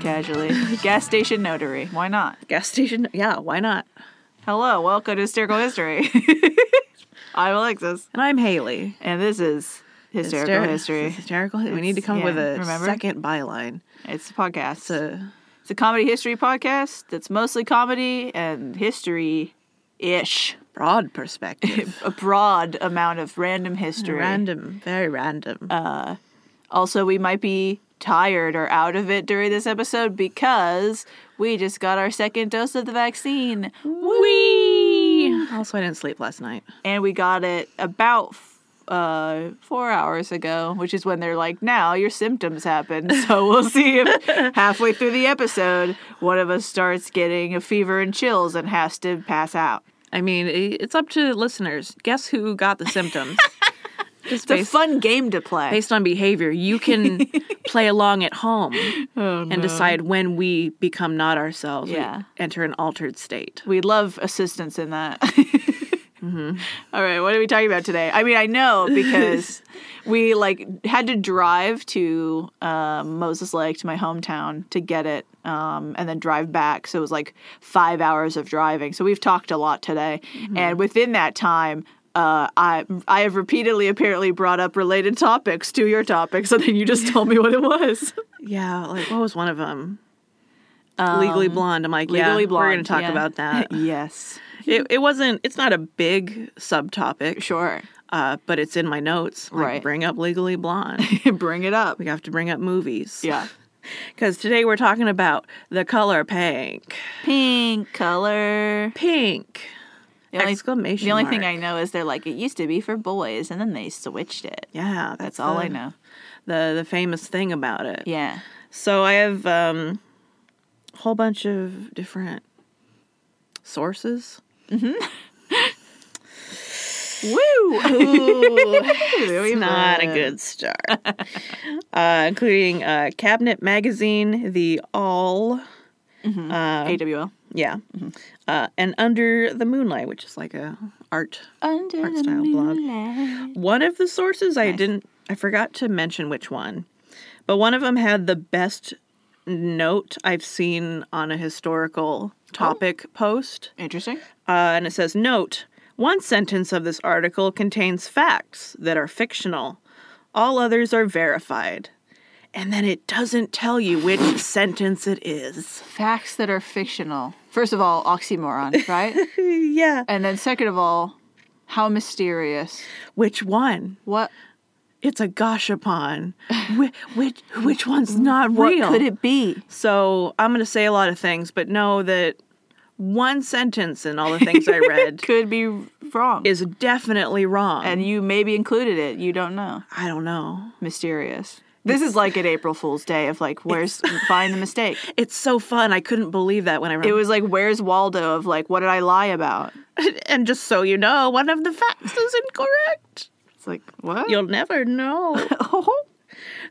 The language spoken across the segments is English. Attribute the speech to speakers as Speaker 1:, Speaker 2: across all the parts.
Speaker 1: casually. Gas station notary. Why not?
Speaker 2: Gas station. Yeah, why not?
Speaker 1: Hello, welcome to Hysterical History. I'm Alexis,
Speaker 2: And I'm Haley.
Speaker 1: and this is Hysterical
Speaker 2: Hyster-
Speaker 1: History.
Speaker 2: Hysterical. we need to
Speaker 1: It's-
Speaker 2: come up with
Speaker 1: yeah,
Speaker 2: a
Speaker 1: remember?
Speaker 2: second byline.
Speaker 1: It's a podcast. It's a,
Speaker 2: So
Speaker 1: comedy history podcast that's mostly comedy and history ish.
Speaker 2: broad perspective.
Speaker 1: A broad amount of random history. Uh,
Speaker 2: random. Very random.
Speaker 1: Also, we might be tired or out of it during this episode because we just got our second dose of the vaccine. Whee!
Speaker 2: also, I didn't sleep last night.
Speaker 1: And we got it about f- uh, four hours ago, which is when they're like, now your symptoms happen. So we'll see if halfway through the episode, one of us starts getting a fever and chills and has to pass out.
Speaker 2: I mean, i- it's up to listeners. Guess who got the symptoms?
Speaker 1: It's
Speaker 2: Just
Speaker 1: a
Speaker 2: based,
Speaker 1: fun game to play.
Speaker 2: based on behavior, you can play along at home and decide when we become not ourselves. We
Speaker 1: Oh, Yeah.
Speaker 2: enter an altered state.
Speaker 1: We love assistance in that.
Speaker 2: Mm-hmm.
Speaker 1: All right, what are we talking about today? I mean, I know because we like had to drive to um, Moses Lake to my hometown to get it, um, and then drive back. So it was like five hours of driving. So we've talked a lot today,
Speaker 2: Mm-hmm.
Speaker 1: and within that time. Uh, I I have repeatedly apparently brought up related topics to your topics, and then you just told me what it was.
Speaker 2: Yeah, like what was one of them? Legally Blonde. I'm like,
Speaker 1: Um, Legally
Speaker 2: Um, yeah, we're going
Speaker 1: Blonde,
Speaker 2: to talk
Speaker 1: yeah.
Speaker 2: about that.
Speaker 1: yes,
Speaker 2: it, it wasn't. It's not a big subtopic,
Speaker 1: sure,
Speaker 2: uh, but it's in my notes. Like,
Speaker 1: Right.
Speaker 2: Bring up Legally Blonde.
Speaker 1: bring it up.
Speaker 2: we have to bring up movies.
Speaker 1: Yeah.
Speaker 2: Because today we're talking about the color pink.
Speaker 1: pink color.
Speaker 2: Pink.
Speaker 1: The only-
Speaker 2: Exclamation
Speaker 1: The only thing
Speaker 2: mark.
Speaker 1: I know is they're like, it used to be for boys, and then they switched it.
Speaker 2: Yeah, that's,
Speaker 1: That's all I
Speaker 2: the-
Speaker 1: know.
Speaker 2: The the famous thing about it.
Speaker 1: Yeah.
Speaker 2: So I have um, a whole bunch of different sources.
Speaker 1: Woo!
Speaker 2: It's not a good start. uh, including uh, Cabinet Magazine, The All,
Speaker 1: AWL.
Speaker 2: yeah, uh, and Under the Moonlight, which is like a art.
Speaker 1: Under
Speaker 2: Art
Speaker 1: the
Speaker 2: style blog.
Speaker 1: moonlight.
Speaker 2: One of the sources I didn't, I forgot to mention which one, but one of them had the best note I've seen on a historical topic post.
Speaker 1: Interesting.
Speaker 2: Uh, and it says, Note, one sentence of this article contains facts that are fictional, all others are verified. And then it doesn't tell you which sentence it is.
Speaker 1: Facts that are fictional. First of all, oxymoron, right?
Speaker 2: yeah.
Speaker 1: and then second of all, how mysterious.
Speaker 2: Which one?
Speaker 1: What,
Speaker 2: It's a gashapon. Wh- which which one's not
Speaker 1: what
Speaker 2: real?
Speaker 1: could it be?
Speaker 2: so I'm gonna say a lot of things, but know that one sentence in all the things I read
Speaker 1: Could be wrong.
Speaker 2: is definitely wrong.
Speaker 1: and you maybe included it. You don't know.
Speaker 2: I don't know.
Speaker 1: mysterious. This is like an April Fool's Day of like, where's find the mistake?
Speaker 2: It's so fun. I couldn't believe that when I read
Speaker 1: It was like, where's Waldo of like, what did I lie about?
Speaker 2: And just so you know, one of the facts is incorrect.
Speaker 1: It's like, what?
Speaker 2: You'll never know.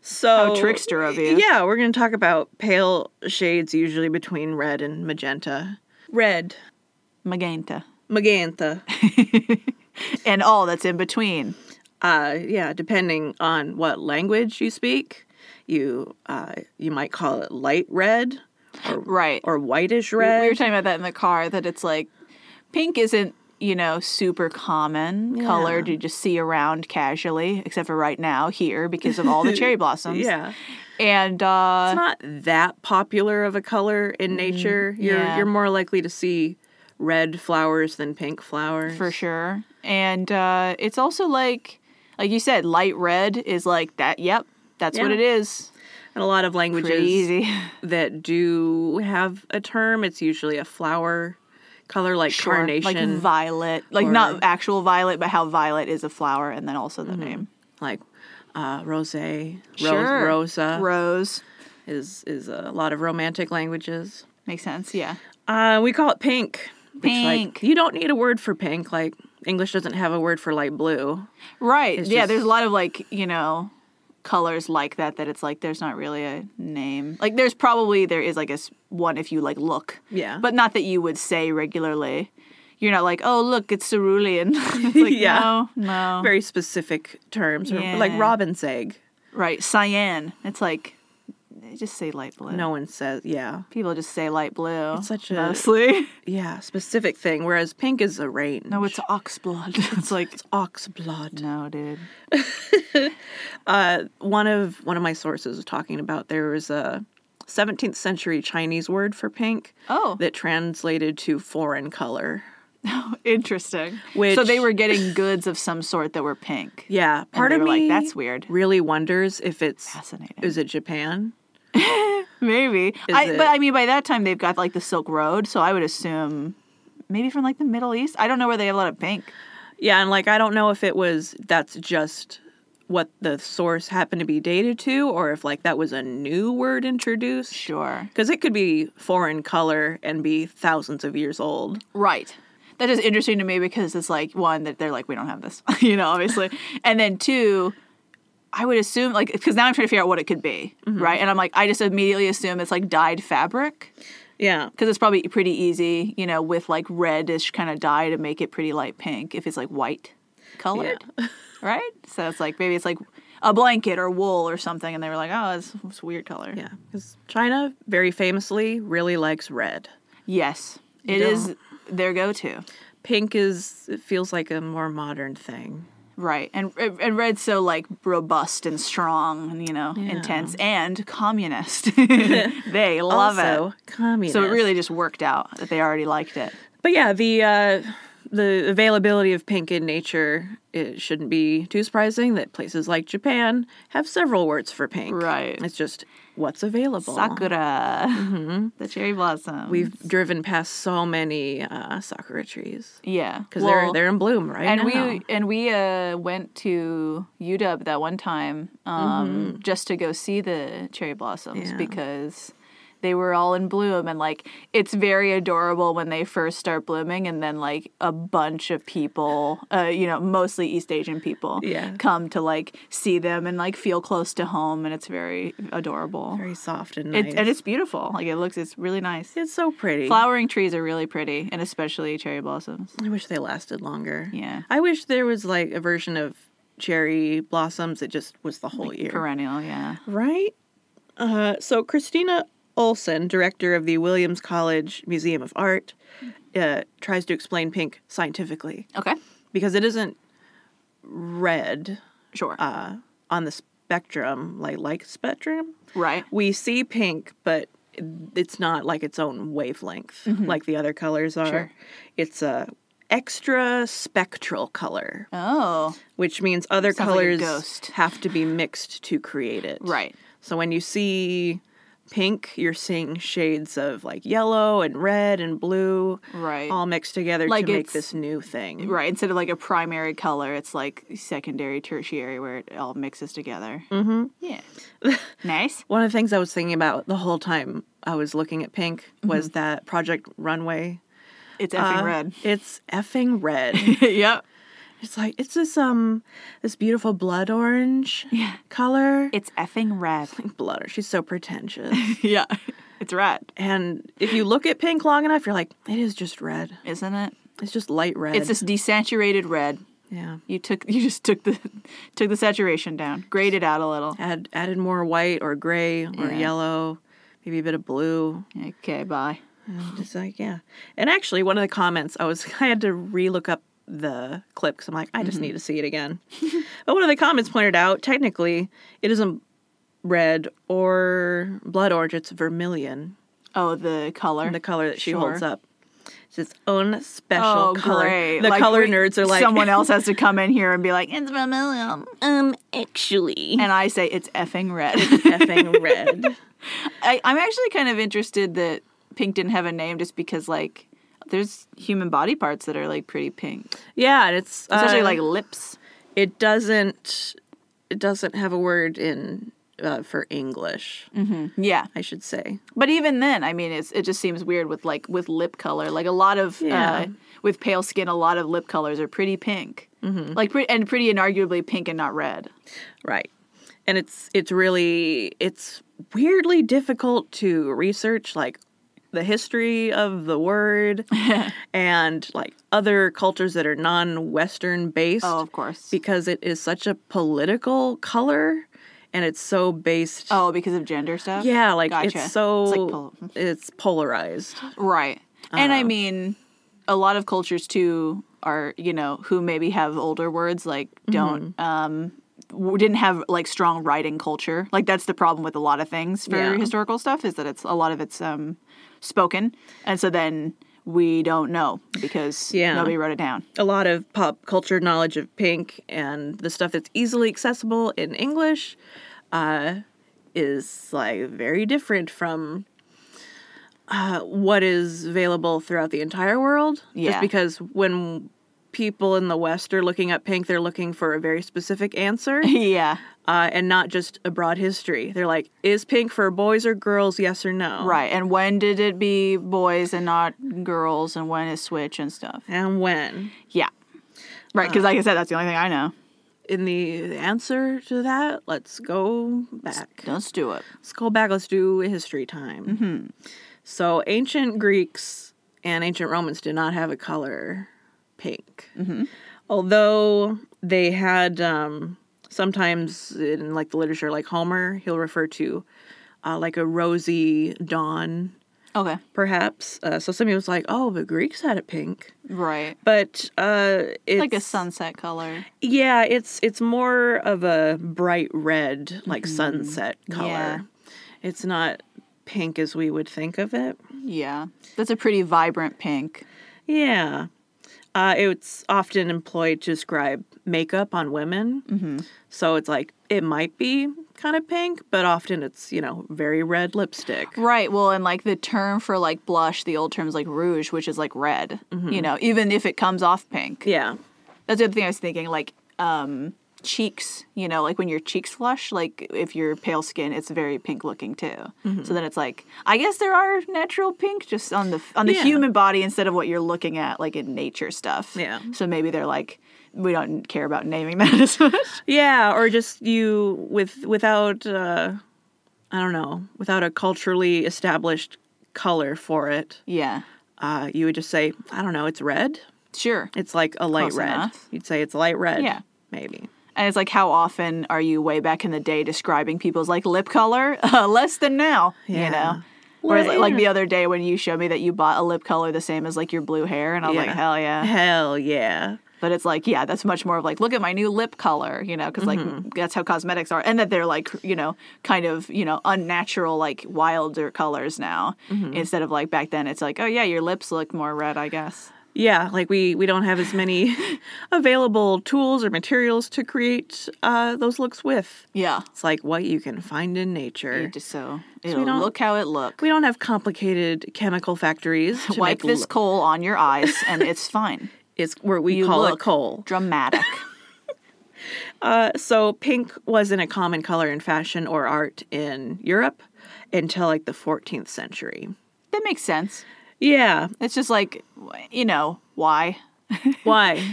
Speaker 2: So
Speaker 1: How trickster of you.
Speaker 2: Yeah, we're going to talk about pale shades usually between red and magenta. Red,
Speaker 1: Magenta.
Speaker 2: magenta.
Speaker 1: And all that's in between.
Speaker 2: Uh yeah, depending on what language you speak, you uh you might call it light red or
Speaker 1: Right.
Speaker 2: or whitish
Speaker 1: We-
Speaker 2: red.
Speaker 1: We were talking about that in the car that it's like pink isn't, you know, super common color to just see around casually, except for right now here because of all the cherry blossoms.
Speaker 2: yeah.
Speaker 1: And uh
Speaker 2: It's not that popular of a color in nature. You're
Speaker 1: Mm-hmm. yeah.
Speaker 2: you're more likely to see red flowers than pink flowers.
Speaker 1: for sure. And uh, it's also like, like you said, light red is like that. Yep, that's what
Speaker 2: Yeah.
Speaker 1: it is.
Speaker 2: And a lot of languages
Speaker 1: Pretty easy.
Speaker 2: that do have a term, it's usually a flower color like
Speaker 1: Sure.
Speaker 2: carnation,
Speaker 1: like
Speaker 2: like,
Speaker 1: violet, like
Speaker 2: or-
Speaker 1: not actual violet, but how violet is a flower, and then also the name
Speaker 2: uh, rose, rose,
Speaker 1: Sure.
Speaker 2: rosa
Speaker 1: rose.
Speaker 2: is is a lot of romantic languages.
Speaker 1: Makes sense. Yeah,
Speaker 2: Uh, we call it pink. which, like,
Speaker 1: Pink.
Speaker 2: you don't need a word for pink. Like English doesn't have a word for light blue.
Speaker 1: right. yeah,
Speaker 2: just-
Speaker 1: there's a lot of like you know colors like that that it's like there's not really a name like there's probably there is like a s- one if you like look
Speaker 2: Yeah.
Speaker 1: but not that you would say regularly you're not like oh look it's cerulean it's like
Speaker 2: Yeah.
Speaker 1: no no
Speaker 2: Very specific terms, or like
Speaker 1: Yeah.
Speaker 2: robin's egg.
Speaker 1: Right, cyan. It's like They just say light blue.
Speaker 2: No one says, yeah.
Speaker 1: People just say light blue.
Speaker 2: It's such a-
Speaker 1: mostly.
Speaker 2: Yeah, specific thing, whereas pink is a range.
Speaker 1: No, it's ox blood. It's like
Speaker 2: ox blood.
Speaker 1: no, dude.
Speaker 2: Uh, one of one of my sources was talking about there was a 17th century Chinese word for pink
Speaker 1: Oh,
Speaker 2: that translated to foreign color.
Speaker 1: interesting.
Speaker 2: Which-
Speaker 1: so they were getting goods of some sort that were pink.
Speaker 2: Yeah, part
Speaker 1: they
Speaker 2: of
Speaker 1: were like,
Speaker 2: me
Speaker 1: "That's weird."
Speaker 2: Really wonders if it's
Speaker 1: Fascinating.
Speaker 2: Is it Japan?
Speaker 1: Maybe. I,
Speaker 2: it-
Speaker 1: But I mean, by that time they've got like the Silk Road, so I would assume maybe from like the Middle East. I don't know where they have a lot of pink.
Speaker 2: Yeah, and like I don't know if it was that's just what the source happened to be dated to, or if like that was a new word introduced.
Speaker 1: Sure.
Speaker 2: Because it could be foreign color and be thousands of years old.
Speaker 1: Right. That is interesting to me because it's like one that they're like we don't have this, you know, obviously, and then two, I would assume like because now I'm trying to figure out what it could be, right? And I'm like I just immediately assume it's like dyed fabric
Speaker 2: Yeah.
Speaker 1: because it's probably pretty easy, you know, with like reddish kind of dye to make it pretty light pink if it's like white colored, right? So it's like maybe it's like a blanket or wool or something, and they were like, oh, it's, it's a weird color.
Speaker 2: Yeah. Because China very famously really likes red.
Speaker 1: Yes, it
Speaker 2: Yeah.
Speaker 1: is their go-to.
Speaker 2: Pink is it feels like a more modern thing.
Speaker 1: Right, and and red's so like robust and strong, and you know, intense and communist. they love
Speaker 2: also,
Speaker 1: it,
Speaker 2: communist.
Speaker 1: so it really just worked out that they already liked it.
Speaker 2: But yeah, the uh, the availability of pink in nature it shouldn't be too surprising that places like Japan have several words for pink.
Speaker 1: Right.
Speaker 2: It's just what's available.
Speaker 1: Sakura, the cherry blossom.
Speaker 2: Mm-hmm. We've driven past so many uh, sakura trees
Speaker 1: yeah,
Speaker 2: because
Speaker 1: well,
Speaker 2: they're they're in bloom right
Speaker 1: and
Speaker 2: now.
Speaker 1: we and we uh, went to UW that one time um, just to go see the cherry blossoms
Speaker 2: Mm-hmm. Yeah.
Speaker 1: because they were all in bloom and like it's very adorable when they first start blooming and then like a bunch of people uh, you know mostly east asian people
Speaker 2: Yeah.
Speaker 1: come to like see them and like feel close to home and it's very adorable
Speaker 2: very soft and nice.
Speaker 1: It, and it's beautiful like it looks it's really nice
Speaker 2: it's so pretty.
Speaker 1: flowering trees are really pretty and especially cherry blossoms
Speaker 2: I wish they lasted longer.
Speaker 1: Yeah.
Speaker 2: I wish there was like a version of cherry blossoms that just was the whole year.
Speaker 1: perennial yeah
Speaker 2: Right? Uh, so, Christina Olson, director of the Williams College Museum of Art, uh, tries to explain pink scientifically
Speaker 1: okay
Speaker 2: because it isn't red
Speaker 1: sure
Speaker 2: uh, on the spectrum, like, like spectrum.
Speaker 1: Right.
Speaker 2: We see pink, but it's not like its own wavelength like the other colors are.
Speaker 1: Mm-hmm. Sure.
Speaker 2: It's a extra spectral color,
Speaker 1: Oh,
Speaker 2: which means other
Speaker 1: Sounds like a
Speaker 2: colors
Speaker 1: ghost.
Speaker 2: have to be mixed to create it.
Speaker 1: right.
Speaker 2: So when you see pink, you're seeing shades of like yellow and red and blue
Speaker 1: Right.
Speaker 2: all mixed together
Speaker 1: Like
Speaker 2: to make
Speaker 1: it's-
Speaker 2: this new thing.
Speaker 1: Right. Instead of like a primary color, it's like secondary, tertiary, where it all mixes together. Mm-hmm. Yeah. nice.
Speaker 2: One of the things I was thinking about the whole time I was looking at pink was that Project Runway.
Speaker 1: It's Mm-hmm. effing
Speaker 2: Uh,
Speaker 1: red.
Speaker 2: It's effing red.
Speaker 1: yep.
Speaker 2: it's like it's this um this beautiful blood orange
Speaker 1: Yeah.
Speaker 2: color.
Speaker 1: It's effing red.
Speaker 2: blood. orange. She's so pretentious.
Speaker 1: yeah. It's red,
Speaker 2: and if you look at pink long enough, you're like, it is just red.
Speaker 1: isn't it?
Speaker 2: It's just light red.
Speaker 1: It's this desaturated red.
Speaker 2: yeah.
Speaker 1: You took you just took the took the saturation down, grayed it out a little.
Speaker 2: add added more white or gray or
Speaker 1: Yeah.
Speaker 2: yellow, maybe a bit of blue.
Speaker 1: Okay, bye.
Speaker 2: And just like yeah. And actually, one of the comments I was I had to re-look up the clip because I'm like I just
Speaker 1: Mm-hmm.
Speaker 2: need to see it again. but one of the comments pointed out technically it isn't red or blood orange; it's vermilion,
Speaker 1: Oh, the color.
Speaker 2: the color that she
Speaker 1: Sure.
Speaker 2: holds up. It's its own special
Speaker 1: Oh,
Speaker 2: color.
Speaker 1: great.
Speaker 2: The
Speaker 1: Like,
Speaker 2: color
Speaker 1: we-
Speaker 2: nerds are like
Speaker 1: someone else has to come in here and be like, it's vermilion.
Speaker 2: Um, actually,
Speaker 1: And I say, it's effing red.
Speaker 2: effing red.
Speaker 1: I, I'm actually kind of interested that pink didn't have a name just because like there's human body parts that are like pretty pink,
Speaker 2: Yeah, and it's
Speaker 1: especially
Speaker 2: uh,
Speaker 1: like lips.
Speaker 2: it doesn't it doesn't have a word in uh, for English.
Speaker 1: Mm. Yeah,
Speaker 2: I should say.
Speaker 1: but even then, I mean, it's it just seems weird with like with lip color. Like a lot of
Speaker 2: Yeah.
Speaker 1: uh, with pale skin, a lot of lip colors are pretty pink, mm-hmm. like pre- and pretty inarguably pink and not red.
Speaker 2: Right. And it's it's really it's weirdly difficult to research like the history of the word and like other cultures that are non-western based
Speaker 1: Oh, of course.
Speaker 2: because it is such a political color and it's so based.
Speaker 1: Oh, because of gender stuff?
Speaker 2: yeah, like
Speaker 1: gotcha.
Speaker 2: it's so
Speaker 1: It's
Speaker 2: it's,
Speaker 1: like pol-
Speaker 2: polarized.
Speaker 1: Right. And
Speaker 2: Uh-huh.
Speaker 1: I mean, a lot of cultures too are, you know, who maybe have older words like
Speaker 2: Mm-hmm.
Speaker 1: don't um w- didn't have like strong writing culture. Like that's the problem with a lot of things for
Speaker 2: Yeah.
Speaker 1: historical stuff is that it's a lot of it's um spoken. And so then we don't know because
Speaker 2: Yeah.
Speaker 1: nobody wrote it down.
Speaker 2: A lot of pop culture knowledge of Pink and the stuff that's easily accessible in English uh, is like very different from uh, what is available throughout the entire world.
Speaker 1: Yeah.
Speaker 2: Just because when people in the West are looking up Pink, they're looking for a very specific answer.
Speaker 1: yeah.
Speaker 2: uh, and not just a broad history. They're like, is pink for boys or girls? Yes or no?
Speaker 1: Right. And when did it be boys and not girls and when is switch and stuff?
Speaker 2: And when?
Speaker 1: Yeah. Right,
Speaker 2: Uh.
Speaker 1: because like I said, that's the only thing I know.
Speaker 2: In the answer to that, let's go back.
Speaker 1: Let's do it.
Speaker 2: Let's go back. Let's do history time.
Speaker 1: Mm-hmm.
Speaker 2: So, ancient Greeks and ancient Romans did not have a color pink.
Speaker 1: Mm-hmm.
Speaker 2: Although they had um, sometimes in like the literature, like Homer, he'll refer to uh, like a rosy dawn
Speaker 1: Okay.
Speaker 2: perhaps. Uh, so somebody was like, "Oh, the Greeks had it pink,"
Speaker 1: Right.
Speaker 2: but uh, it's
Speaker 1: like a sunset color.
Speaker 2: Yeah, it's it's more of a bright red, like sunset color.
Speaker 1: Yeah.
Speaker 2: It's not pink as we would think of it.
Speaker 1: Yeah. That's a pretty vibrant pink.
Speaker 2: Yeah. Uh, it's often employed to describe makeup on women. Mm-hmm. So it's like it might be kind of pink, but often it's, you know, very red lipstick.
Speaker 1: Right. Well, and like the term for like blush, the old term is like rouge, which is like red, you know, even if it comes off pink.
Speaker 2: Yeah.
Speaker 1: That's the other thing I was thinking like um cheeks, you know, like when your cheeks flush, like if you're pale skin, it's very pink looking too. So then it's like I guess there are natural pink just on the on the
Speaker 2: Yeah.
Speaker 1: human body instead of what you're looking at like in nature stuff.
Speaker 2: Yeah.
Speaker 1: So maybe they're like we don't care about naming that as much.
Speaker 2: Yeah, or just you with without uh I don't know, without a culturally established color for it.
Speaker 1: Yeah.
Speaker 2: Uh you would just say, I don't know, it's red.
Speaker 1: Sure.
Speaker 2: It's like a light
Speaker 1: Close
Speaker 2: red.
Speaker 1: enough.
Speaker 2: You'd say it's light red.
Speaker 1: Yeah.
Speaker 2: Maybe.
Speaker 1: And it's like, how often are you way back in the day describing people's like lip color? Uh, less than now, you
Speaker 2: Yeah.
Speaker 1: know. Whereas
Speaker 2: Well,
Speaker 1: like, like
Speaker 2: yeah.
Speaker 1: the other day when you showed me that you bought a lip color the same as like your blue hair, and I was like, hell yeah.
Speaker 2: Hell yeah.
Speaker 1: But it's like, yeah, that's much more of like, look at my new lip color, you know, because like
Speaker 2: Mm-hmm.
Speaker 1: that's how cosmetics are, and that they're like, you know, kind of you know unnatural like wilder colors now
Speaker 2: Mm-hmm.
Speaker 1: instead of like back then. It's like, oh yeah, your lips look more red, I guess.
Speaker 2: Yeah, like we we don't have as many available tools or materials to create uh those looks with.
Speaker 1: Yeah.
Speaker 2: It's like what you can find in nature.
Speaker 1: It just so it'll
Speaker 2: don't-
Speaker 1: look how it look.
Speaker 2: we don't have complicated chemical factories to
Speaker 1: Wipe
Speaker 2: make
Speaker 1: this
Speaker 2: lo-
Speaker 1: coal on your eyes, and it's fine.
Speaker 2: it's where we
Speaker 1: You
Speaker 2: call
Speaker 1: look
Speaker 2: it coal.
Speaker 1: dramatic.
Speaker 2: Uh, so pink wasn't a common color in fashion or art in Europe until like the 14th century.
Speaker 1: that makes sense.
Speaker 2: Yeah.
Speaker 1: It's just like, wh- you know, why
Speaker 2: Why?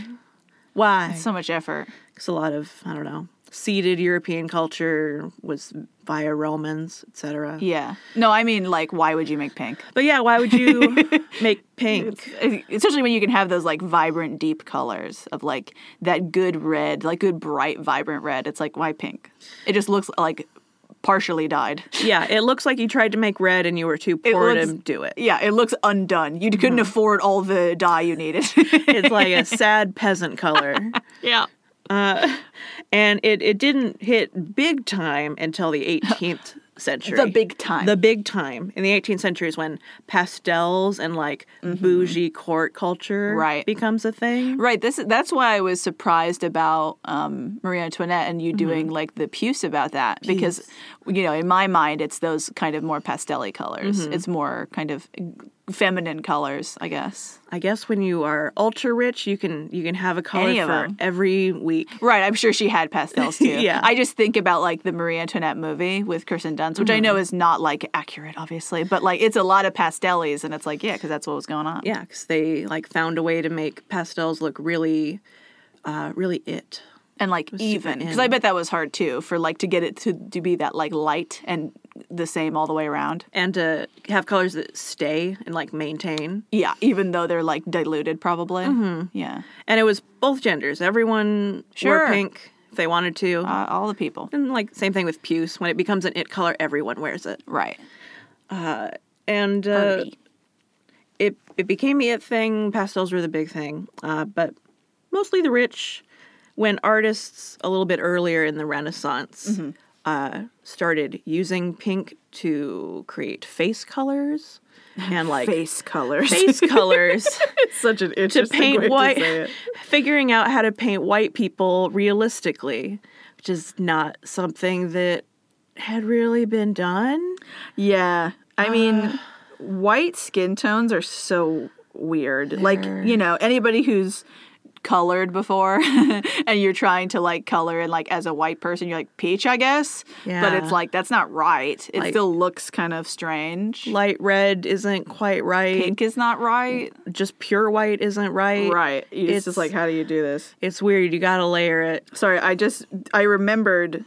Speaker 2: Why?
Speaker 1: so much effort?
Speaker 2: Because a lot of I don't know seeded European culture was via Romans, etc.
Speaker 1: Yeah. No, I mean, like, why would you make pink?
Speaker 2: But yeah, why would you make pink?
Speaker 1: Especially when you can have those like vibrant, deep colors of like that good red, like good bright, vibrant red. It's like why pink? It just looks like partially dyed.
Speaker 2: Yeah, it looks like you tried to make red and you were too poor to
Speaker 1: looks-
Speaker 2: do it.
Speaker 1: Yeah, it looks undone. You couldn't afford all the dye you needed.
Speaker 2: It's like a sad peasant color. Uh,
Speaker 1: yeah.
Speaker 2: and it, it didn't hit big time until the 18th century.
Speaker 1: The big time.
Speaker 2: The big time. In the 18th century is when pastels and like bougie court culture
Speaker 1: Mm-hmm. Right.
Speaker 2: becomes a thing.
Speaker 1: Right. This that's why I was surprised about um, Marie Antoinette and you doing like the puce about that because you know in my mind it's those kind of more pastelly colors. It's more kind of feminine colors, I guess.
Speaker 2: I guess when you are ultra rich, you can you can have a color
Speaker 1: Any
Speaker 2: for
Speaker 1: of them.
Speaker 2: every week.
Speaker 1: Right. I'm sure she had pastels too.
Speaker 2: Yeah.
Speaker 1: I just think about like the Marie Antoinette movie with Kirsten Dunst, which I know is not like accurate, obviously, but like it's a lot of pastellies, and it's like yeah, because that's what was going on.
Speaker 2: Yeah, because they like found a way to make pastels look really, uh, really it.
Speaker 1: and like even because I
Speaker 2: in.
Speaker 1: bet that was hard too for like to get it to to be that like light and the same all the way around.
Speaker 2: and to have colors that stay and like maintain.
Speaker 1: Yeah, even though they're like diluted, probably. Yeah,
Speaker 2: And it was both genders. Everyone
Speaker 1: Sure.
Speaker 2: wore pink. if they wanted to.
Speaker 1: Uh, all the people.
Speaker 2: and like same thing with puce. When it becomes an it color, everyone wears it.
Speaker 1: Right.
Speaker 2: And uh,
Speaker 1: Birdie.
Speaker 2: it it became the it thing. Pastels were the big thing, uh, but mostly the rich. When artists a little bit earlier in the Renaissance
Speaker 1: Mm-hmm.
Speaker 2: uh, started using pink to create face colors and like
Speaker 1: face colors.
Speaker 2: face colors,
Speaker 1: it's such an interesting
Speaker 2: paint
Speaker 1: way
Speaker 2: white,
Speaker 1: to say it.
Speaker 2: figuring out how to paint white people realistically, which is not something that had really been done.
Speaker 1: Yeah. I mean, white skin tones are so weird. Like, you know, anybody who's colored before and you're trying to like color and like as a white person you're like peach I guess but
Speaker 2: Yeah.
Speaker 1: it's like that's not right it
Speaker 2: Like-
Speaker 1: still looks kind of strange
Speaker 2: Light red isn't quite right.
Speaker 1: pink is not right
Speaker 2: Just pure white isn't right.
Speaker 1: right it's
Speaker 2: it's-
Speaker 1: just like how do you do this
Speaker 2: It's weird. You gotta layer it.
Speaker 1: sorry i just i remembered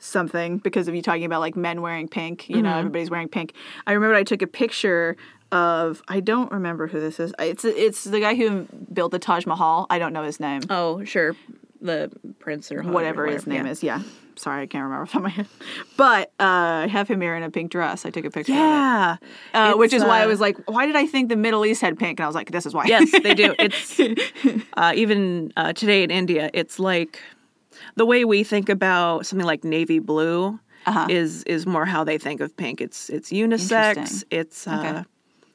Speaker 1: something because of you talking about like men wearing pink you
Speaker 2: Mm-hmm.
Speaker 1: know everybody's wearing pink i remember i took a picture of i don't remember who this is it's it's the guy who built the taj mahal i don't know his name
Speaker 2: Oh, sure. The prince or
Speaker 1: whatever his name is yeah sorry i can't remember off the top of my head but uh, i have him here in a pink dress i took a picture of
Speaker 2: Yeah.
Speaker 1: it uh, which
Speaker 2: It's,
Speaker 1: is why i
Speaker 2: uh,
Speaker 1: was like why did i think the middle east had pink and i was like this is why
Speaker 2: Yes, they do. It's uh, even uh, today in India. It's like the way we think about something like navy blue
Speaker 1: Uh-huh.
Speaker 2: is is more how they think of pink. It's it's unisex.
Speaker 1: Interesting.
Speaker 2: It's uh,
Speaker 1: Okay.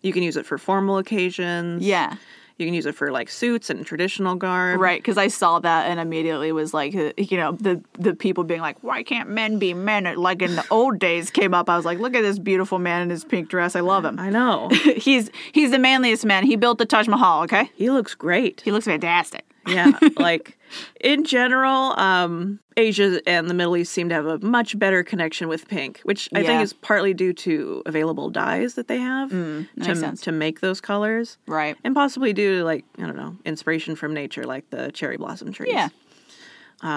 Speaker 2: you can use it for formal occasions.
Speaker 1: yeah
Speaker 2: you can use it for like suits and traditional garb.
Speaker 1: Right, because I saw that and immediately was like, uh, you know, the the people being like, "Why can't men be men?" Like in the old days came up. I was like, "Look at this beautiful man in his pink dress. I love him.
Speaker 2: I know.
Speaker 1: he's he's the manliest man. He built the Taj Mahal. Okay,
Speaker 2: he looks great.
Speaker 1: he looks fantastic.
Speaker 2: yeah like in general um asia and the middle east seem to have a much better connection with pink which i
Speaker 1: Yeah.
Speaker 2: think is partly due to available dyes that they have to,
Speaker 1: Mm, makes sense.
Speaker 2: to make those colors
Speaker 1: Right?
Speaker 2: and possibly due to like i don't know inspiration from nature like the cherry blossom trees
Speaker 1: Yeah,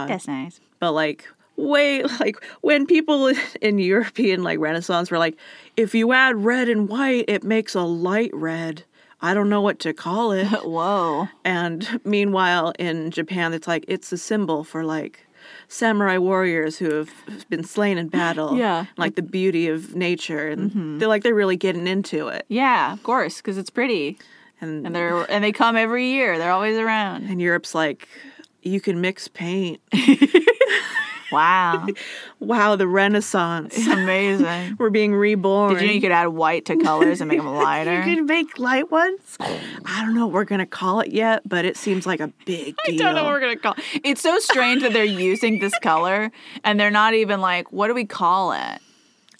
Speaker 1: that's nice.
Speaker 2: but like way like when people in european like renaissance were like if you add red and white it makes a light red i don't know what to call it
Speaker 1: Whoa,
Speaker 2: and meanwhile, in Japan, it's like it's a symbol for like samurai warriors who have been slain in battle.
Speaker 1: Yeah. Mm-hmm.
Speaker 2: like the beauty of nature, and they're like they're really getting into it.
Speaker 1: yeah, of course, because it's pretty,
Speaker 2: And
Speaker 1: and
Speaker 2: and,
Speaker 1: they're and they come every year. They're always around.
Speaker 2: Europe's like, you can mix paint.
Speaker 1: Wow,
Speaker 2: wow, the Renaissance.
Speaker 1: it's amazing.
Speaker 2: We're being reborn.
Speaker 1: Did you know you could add white to colors and make them lighter?
Speaker 2: You can make light ones. I don't know what we're gonna call it yet, but it seems like a big deal.
Speaker 1: I don't know what we're gonna call. It's so strange that they're using this color and they're not even like, what do we call it?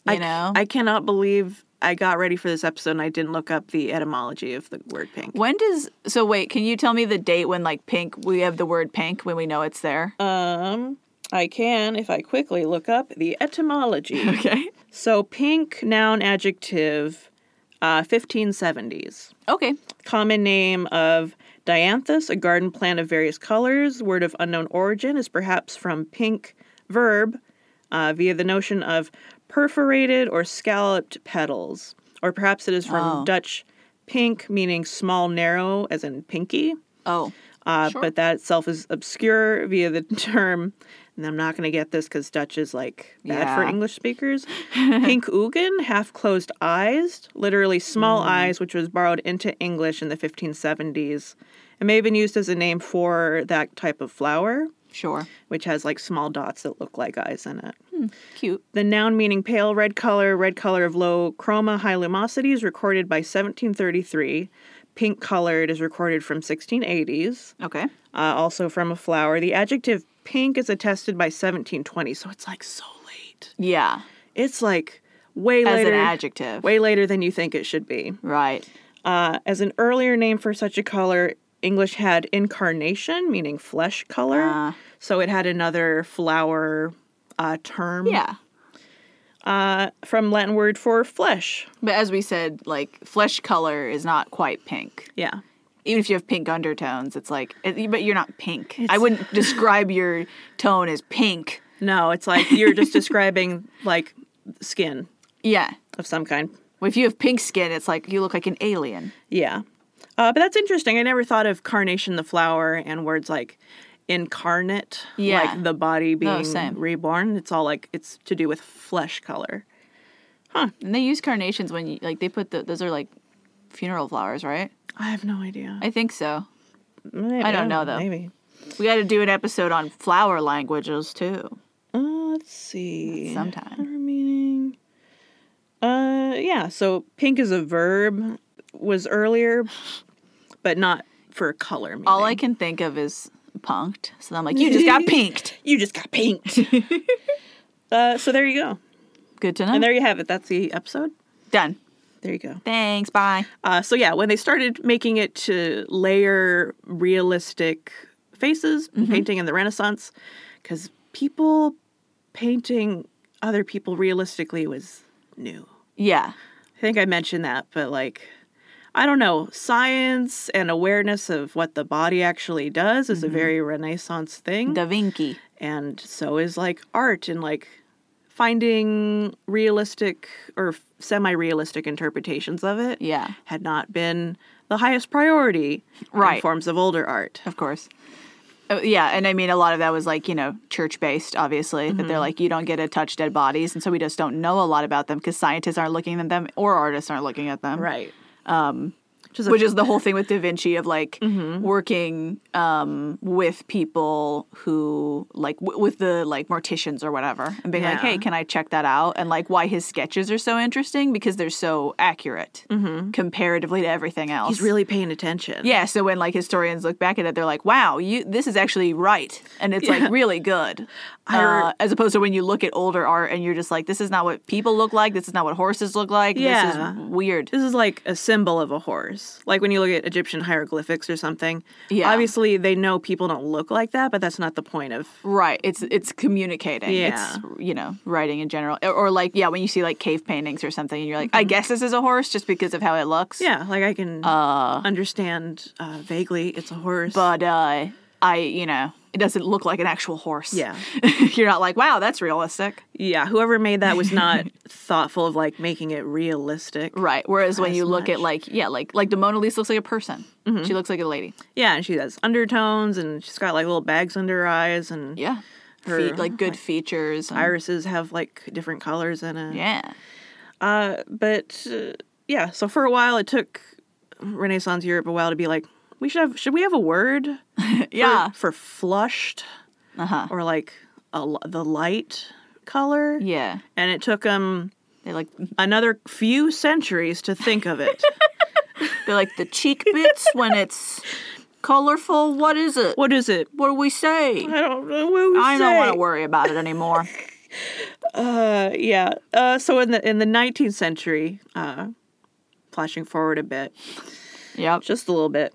Speaker 1: You
Speaker 2: I,
Speaker 1: know.
Speaker 2: I cannot believe I got ready for this episode and I didn't look up the etymology of the word pink.
Speaker 1: when does so wait? Can you tell me the date when like pink? We have the word pink when we know it's there.
Speaker 2: Um, I can if I quickly look up the etymology.
Speaker 1: Okay.
Speaker 2: so, pink noun adjective, uh, 1570s.
Speaker 1: Okay.
Speaker 2: Common name of dianthus, a garden plant of various colors. Word of unknown origin is perhaps from pink verb uh, via the notion of perforated or scalloped petals, or perhaps it is from
Speaker 1: Oh.
Speaker 2: Dutch pink, meaning small, narrow, as in pinky.
Speaker 1: Oh.
Speaker 2: Uh,
Speaker 1: Sure.
Speaker 2: But that itself is obscure via the term, and I'm not going to get this because Dutch is like bad for
Speaker 1: Yeah.
Speaker 2: English speakers. Pink Ugen, half closed eyes, literally small
Speaker 1: Mm.
Speaker 2: eyes, which was borrowed into English in the 1570s. It may have been used as a name for that type of flower,
Speaker 1: Sure.
Speaker 2: which has like small dots that look like eyes in it.
Speaker 1: Cute.
Speaker 2: The noun meaning pale red color, red color of low chroma, high lumosity is recorded by 1733. Pink colored is recorded from 1680s
Speaker 1: Okay.
Speaker 2: uh, also from a flower. The adjective pink is attested by 1720, so it's like so late.
Speaker 1: Yeah.
Speaker 2: It's like way
Speaker 1: As
Speaker 2: later.
Speaker 1: an adjective.
Speaker 2: Way later than you think it should be.
Speaker 1: Right.
Speaker 2: Uh, as an earlier name for such a color, English had incarnation, meaning flesh color.
Speaker 1: Ah.
Speaker 2: so it had another flower uh, term.
Speaker 1: Yeah.
Speaker 2: Uh, from Latin word for flesh.
Speaker 1: But as we said, like flesh color is not quite pink.
Speaker 2: Yeah.
Speaker 1: Even if you have pink undertones, it's like, it- but you're not pink. I wouldn't describe your tone as pink.
Speaker 2: No, it's like you're just describing like skin
Speaker 1: Yeah.
Speaker 2: of some kind.
Speaker 1: If you have pink skin, it's like you look like an alien.
Speaker 2: Yeah. Uh, but that's interesting. I never thought of carnation the flower and words like incarnate,
Speaker 1: Yeah. Oh,
Speaker 2: like the body being
Speaker 1: same.
Speaker 2: reborn. It's all like it's to do with flesh color.
Speaker 1: And they use carnations when you like they put the those are like funeral flowers, right?
Speaker 2: I have no idea.
Speaker 1: I think so.
Speaker 2: Maybe,
Speaker 1: I don't know, though.
Speaker 2: Maybe.
Speaker 1: We got to do an episode on flower languages too.
Speaker 2: Uh, let's see.
Speaker 1: sometime.
Speaker 2: Flower meaning. Uh, yeah. So pink is a verb. Was earlier, but not for color. Meaning.
Speaker 1: All I can think of is punked. So I'm like, you just got pinked.
Speaker 2: You just got pinked. uh, so there you go.
Speaker 1: Good to know.
Speaker 2: And there you have it. That's the episode.
Speaker 1: Done.
Speaker 2: There you go.
Speaker 1: Thanks. Bye.
Speaker 2: Uh, so yeah, when they started making it to layer realistic faces, painting in the Renaissance, because people painting other people realistically was new.
Speaker 1: Yeah.
Speaker 2: I think I mentioned that, but like, I don't know, science and awareness of what the body actually does is a very Renaissance thing
Speaker 1: Da Vinci.
Speaker 2: and so is like art and like finding realistic or semi-realistic interpretations of it
Speaker 1: Yeah.
Speaker 2: had not been the highest priority in
Speaker 1: Right. Uh-huh.
Speaker 2: forms of older art
Speaker 1: Of course. Uh, yeah, and I mean, a lot of that was like, you know, church based, obviously, that they're like, you don't get to touch dead bodies. And so we just don't know a lot about them because scientists aren't looking at them or artists aren't looking at them.
Speaker 2: right um which is, a-
Speaker 1: Which is the whole thing with Da Vinci of like
Speaker 2: Mm-hmm.
Speaker 1: working um, with people who, like, w- with the like morticians or whatever, and being like,
Speaker 2: Yeah.
Speaker 1: hey, can I check that out? And like, why his sketches are so interesting because they're so accurate comparatively to everything else.
Speaker 2: Mm-hmm. he's really paying attention
Speaker 1: Yeah, so when like historians look back at it, they're like, "Wow, you this is actually right," and it's
Speaker 2: Yeah.
Speaker 1: like really good.
Speaker 2: I re-
Speaker 1: Uh, as opposed to when you look at older art and you're just like, "This is not what people look like. This is not what horses look like.
Speaker 2: Yeah.
Speaker 1: This is weird."
Speaker 2: this is like a symbol of a horse like when you look at egyptian hieroglyphics or something
Speaker 1: Yeah.
Speaker 2: obviously they know people don't look like that but that's not the point of
Speaker 1: Right? It's it's communicating.
Speaker 2: Yeah.
Speaker 1: It's you know writing in general, or, or like yeah, when you see like cave paintings or something, and you're like, "I guess this is a horse just because of how it looks."
Speaker 2: Mm-hmm. yeah like i can understand uh, vaguely it's a horse
Speaker 1: But uh, I you know it doesn't look like an actual horse.
Speaker 2: Yeah.
Speaker 1: you're not like, "Wow, that's realistic."
Speaker 2: Yeah, whoever made that was not thoughtful of like making it realistic.
Speaker 1: Right. Whereas when
Speaker 2: as
Speaker 1: you look
Speaker 2: much. Mm-hmm.
Speaker 1: at like yeah, like like the Mona Lisa looks like a person. She looks like a lady.
Speaker 2: Yeah, and she has undertones and she's got like little bags under her eyes and
Speaker 1: Yeah.
Speaker 2: Her,
Speaker 1: Fe- like good features. and-
Speaker 2: irises have like different colors in it.
Speaker 1: Yeah.
Speaker 2: Uh, but uh, yeah, so for a while it took Renaissance Europe a while to be like, we should have should we have a word for-
Speaker 1: Yeah.
Speaker 2: for, flushed
Speaker 1: Uh huh.
Speaker 2: or like a, l- the light color?
Speaker 1: Yeah.
Speaker 2: And it took them
Speaker 1: They like
Speaker 2: another few centuries to think of it.
Speaker 1: they like the cheek bits when it's colorful. What is it?
Speaker 2: what is it?
Speaker 1: What do we say?
Speaker 2: I don't know what we
Speaker 1: I don't
Speaker 2: say.
Speaker 1: want to worry about it anymore.
Speaker 2: Uh, yeah. Uh, so in the in the 19th century, uh, flashing forward a bit,
Speaker 1: yep.
Speaker 2: just a little bit.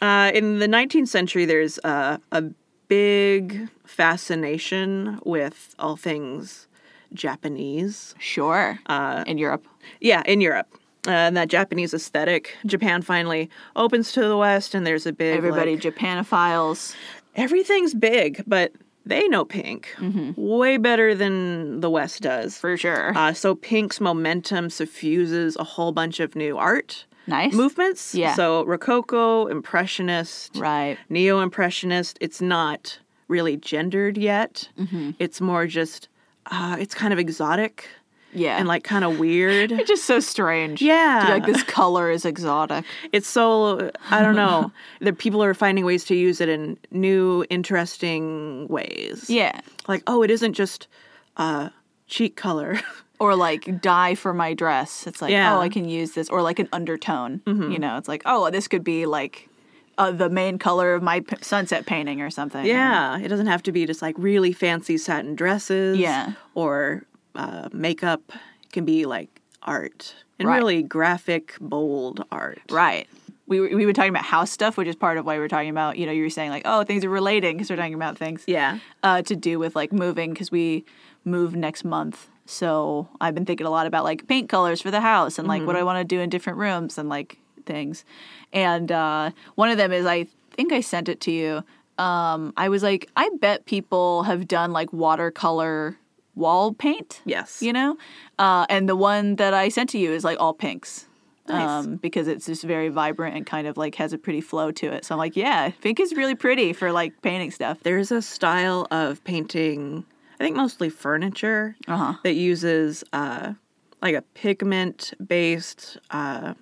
Speaker 2: Uh, in the 19th century, there's uh, a big fascination with all things Japanese.
Speaker 1: Sure. Uh, In Europe.
Speaker 2: Yeah, in Europe. Uh, and that Japanese aesthetic, Japan finally opens to the West, and there's a big
Speaker 1: Everybody
Speaker 2: like,
Speaker 1: Japanophiles.
Speaker 2: everything's big, but they know pink way better than the West does.
Speaker 1: For sure.
Speaker 2: Uh, so Pink's momentum suffuses a whole bunch of new art
Speaker 1: nice.
Speaker 2: movements.
Speaker 1: Yeah.
Speaker 2: So Rococo, Impressionist,
Speaker 1: Right.
Speaker 2: Neo Impressionist. It's not really gendered yet.
Speaker 1: Mm-hmm.
Speaker 2: It's more just, uh, it's kind of exotic
Speaker 1: Yeah.
Speaker 2: and like kind of weird.
Speaker 1: it's just so strange.
Speaker 2: Yeah.
Speaker 1: To be Like this color is exotic.
Speaker 2: it's so, I don't know, that people are finding ways to use it in new, interesting ways.
Speaker 1: Yeah.
Speaker 2: Like, oh, it isn't just uh, cheek color.
Speaker 1: or like dye for my dress. It's like,
Speaker 2: Yeah.
Speaker 1: oh, I can use this, or like an undertone. You know, it's like, oh, this could be like uh, the main color of my p- sunset painting or something.
Speaker 2: Yeah, it doesn't have to be just like really fancy satin dresses.
Speaker 1: Yeah.
Speaker 2: or uh, makeup It can be like art and
Speaker 1: Right.
Speaker 2: really graphic, bold art.
Speaker 1: right. We were, we were talking about house stuff, which is part of why we are talking about. You know, you were saying like, oh, things are relating because we're talking about things.
Speaker 2: Yeah,
Speaker 1: uh, to do with like moving because we move next month. So I've been thinking a lot about like paint colors for the house and like what
Speaker 2: Mm-hmm.
Speaker 1: I want to do in different rooms and like things. And uh, one of them is I think I sent it to you. Um, I was like, I bet people have done like watercolor wall paint.
Speaker 2: Yes.
Speaker 1: You know? Uh, and the one that I sent to you is like all pinks.
Speaker 2: Nice.
Speaker 1: um, because it's just very vibrant and kind of like has a pretty flow to it. So I'm like, yeah, Fink is really pretty for like painting stuff.
Speaker 2: There's a style of painting, I think mostly furniture,
Speaker 1: Uh-huh.
Speaker 2: that uses uh, like a pigment based uh,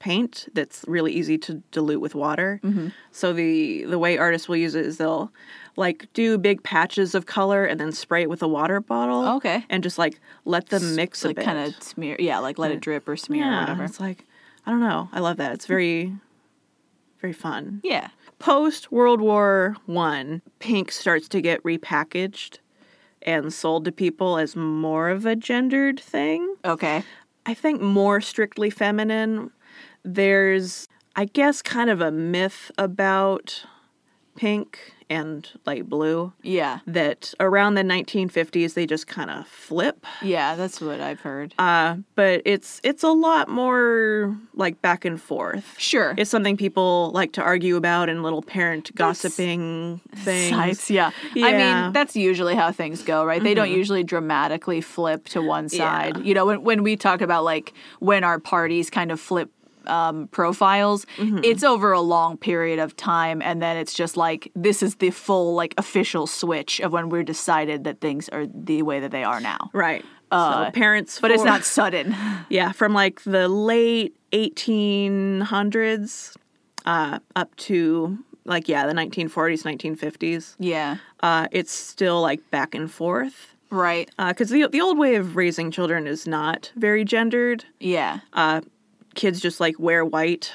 Speaker 2: paint that's really easy to dilute with water.
Speaker 1: Mm-hmm.
Speaker 2: So the the way artists will use it is they'll like do big patches of color and then spray it with a water bottle.
Speaker 1: Oh, Okay.
Speaker 2: and just like let them mix a
Speaker 1: Like
Speaker 2: bit.
Speaker 1: kind of smear, yeah, like let it drip or smear
Speaker 2: yeah,
Speaker 1: or whatever.
Speaker 2: It's like I don't know. I love that. It's very very fun
Speaker 1: Yeah.
Speaker 2: post World War One, pink starts to get repackaged and sold to people as more of a gendered thing.
Speaker 1: Okay.
Speaker 2: I think more strictly feminine. There's, I guess, kind of a myth about pink and light blue
Speaker 1: Yeah.
Speaker 2: that around the 1950s they just kind of flip.
Speaker 1: Yeah, that's what I've heard.
Speaker 2: Uh, but it's it's a lot more like back and forth.
Speaker 1: sure.
Speaker 2: It's something people like to argue about in little parent gossiping things.
Speaker 1: sides. Yeah. I
Speaker 2: Yeah. Mm-hmm.
Speaker 1: mean, that's usually how things go, right? They don't usually dramatically flip to one side. You know, when, when we talk about like when our parties kind of flip um, profiles,
Speaker 2: Mm-hmm.
Speaker 1: it's over a long period of time. And then it's just like, this is the full, like, official switch of when we're decided that things are the way that they are now.
Speaker 2: Right.
Speaker 1: Uh,
Speaker 2: so parents,
Speaker 1: But it's
Speaker 2: for-
Speaker 1: not sudden.
Speaker 2: Yeah, from like the late 1800s uh, up to like yeah, the 1940s, 1950s.
Speaker 1: yeah.
Speaker 2: Uh, it's still like back and forth
Speaker 1: Right.
Speaker 2: because the the old way of raising children is not very gendered.
Speaker 1: Yeah.
Speaker 2: Kids just like wear white.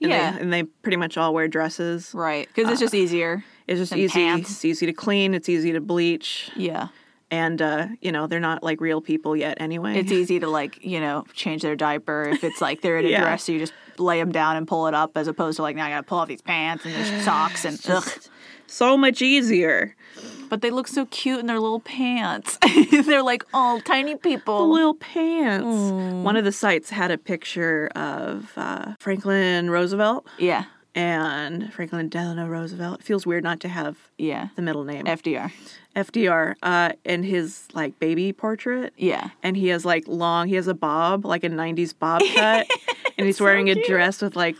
Speaker 2: And
Speaker 1: Yeah.
Speaker 2: They, and they pretty much all wear dresses.
Speaker 1: right. Because
Speaker 2: Uh,
Speaker 1: it's just easier.
Speaker 2: It's just
Speaker 1: And
Speaker 2: easy.
Speaker 1: pants.
Speaker 2: It's easy to clean. It's easy to bleach.
Speaker 1: Yeah.
Speaker 2: And, uh, you know, they're not like real people yet anyway.
Speaker 1: it's e- easy to like you know change their diaper if it's like they're in a
Speaker 2: Yeah.
Speaker 1: dress so you just lay them down and pull it up as opposed to like now i gotta pull off these pants and their socks and ugh.
Speaker 2: so much easier.
Speaker 1: but they look so cute in their little pants they're like all tiny
Speaker 2: the
Speaker 1: people
Speaker 2: little pants. One of the sites had a picture of uh, Franklin Roosevelt
Speaker 1: yeah
Speaker 2: and Franklin Delano Roosevelt. It feels weird not to have
Speaker 1: yeah
Speaker 2: the middle name
Speaker 1: fdr
Speaker 2: FDR uh, and his like baby portrait.
Speaker 1: yeah
Speaker 2: And he has like long. He has a bob, like a '90s bob cut, and he's wearing a dress with like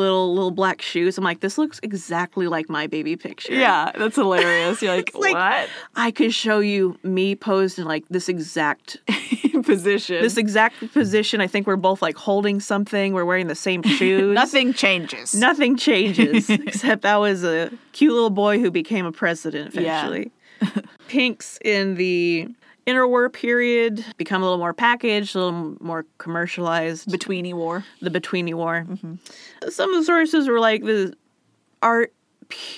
Speaker 2: little little black shoes. I'm like, this looks exactly like my baby picture.
Speaker 1: yeah that's hilarious you're like,
Speaker 2: like- I could show you me posed in like this exact
Speaker 1: what position
Speaker 2: this exact position. I think we're both like holding something. We're wearing the same shoes.
Speaker 1: nothing changes
Speaker 2: Nothing changes except that was a cute little boy who became a president
Speaker 1: Yeah.
Speaker 2: eventually. Pinks in the interwar period become a little more packaged, a little more commercialized.
Speaker 1: betweeny war
Speaker 2: the Betweeny War.
Speaker 1: mm-hmm.
Speaker 2: Some of the sources were like the art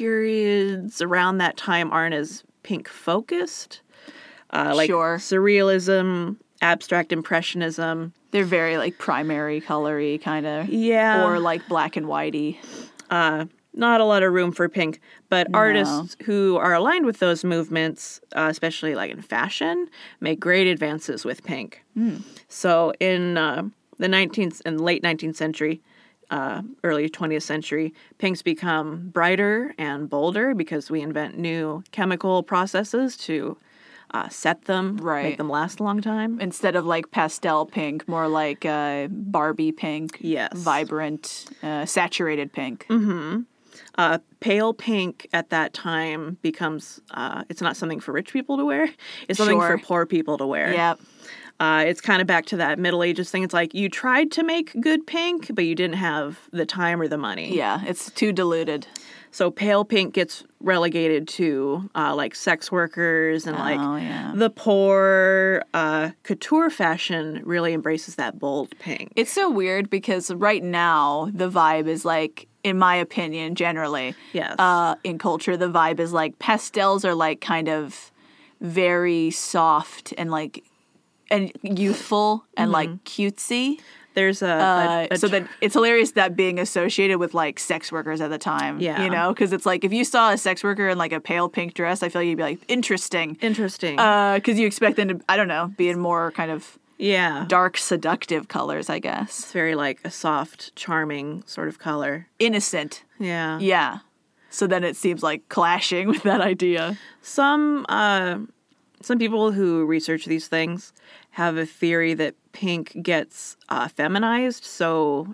Speaker 2: periods around that time aren't as pink focused. Uh, like
Speaker 1: Sure.
Speaker 2: surrealism, abstract impressionism.
Speaker 1: they're very like primary colory kind of
Speaker 2: Yeah.
Speaker 1: or like black and whitey
Speaker 2: not a lot of room for pink, but artists who are aligned with those movements, uh, especially like in fashion, make great advances with pink. So in uh, the 19th and late 19th century, uh, early 20th century, pinks become brighter and bolder because we invent new chemical processes to uh, set them,
Speaker 1: Right.
Speaker 2: make them last a long time.
Speaker 1: instead of like pastel pink, more like uh, Barbie pink.
Speaker 2: Yes. Mm-hmm.
Speaker 1: Vibrant, uh, saturated pink.
Speaker 2: uh, pale pink at that time becomes uh, it's not something for rich people to wear it's something
Speaker 1: Sure.
Speaker 2: for poor people to wear
Speaker 1: Yep.
Speaker 2: uh, it's kind of back to that middle ages thing it's like you tried to make good pink but you didn't have the time or the money
Speaker 1: Yeah. It's too diluted.
Speaker 2: so pale pink gets relegated to uh, like sex workers and
Speaker 1: Oh,
Speaker 2: like
Speaker 1: yeah.
Speaker 2: the poor uh, couture fashion really embraces that bold pink
Speaker 1: It's so weird because right now the vibe is like, in my opinion, generally,
Speaker 2: Yes.
Speaker 1: uh, in culture, the vibe is like pastels are like kind of very soft and like and youthful and like
Speaker 2: Mm-hmm.
Speaker 1: cutesy.
Speaker 2: there's a, a-
Speaker 1: Uh,
Speaker 2: a
Speaker 1: so that it's hilarious that being associated with like sex workers at the time.
Speaker 2: Yeah.
Speaker 1: You know, because it's like if you saw a sex worker in like a pale pink dress, I feel like you'd be like, interesting.
Speaker 2: interesting
Speaker 1: Because you expect them to, I don't know, be in more kind of
Speaker 2: yeah
Speaker 1: dark, seductive colors, I guess.
Speaker 2: it's very like a soft charming sort of color
Speaker 1: Innocent.
Speaker 2: yeah
Speaker 1: Yeah. So then it seems like clashing with that idea.
Speaker 2: some uh, some people who research these things have a theory that pink gets uh, feminized so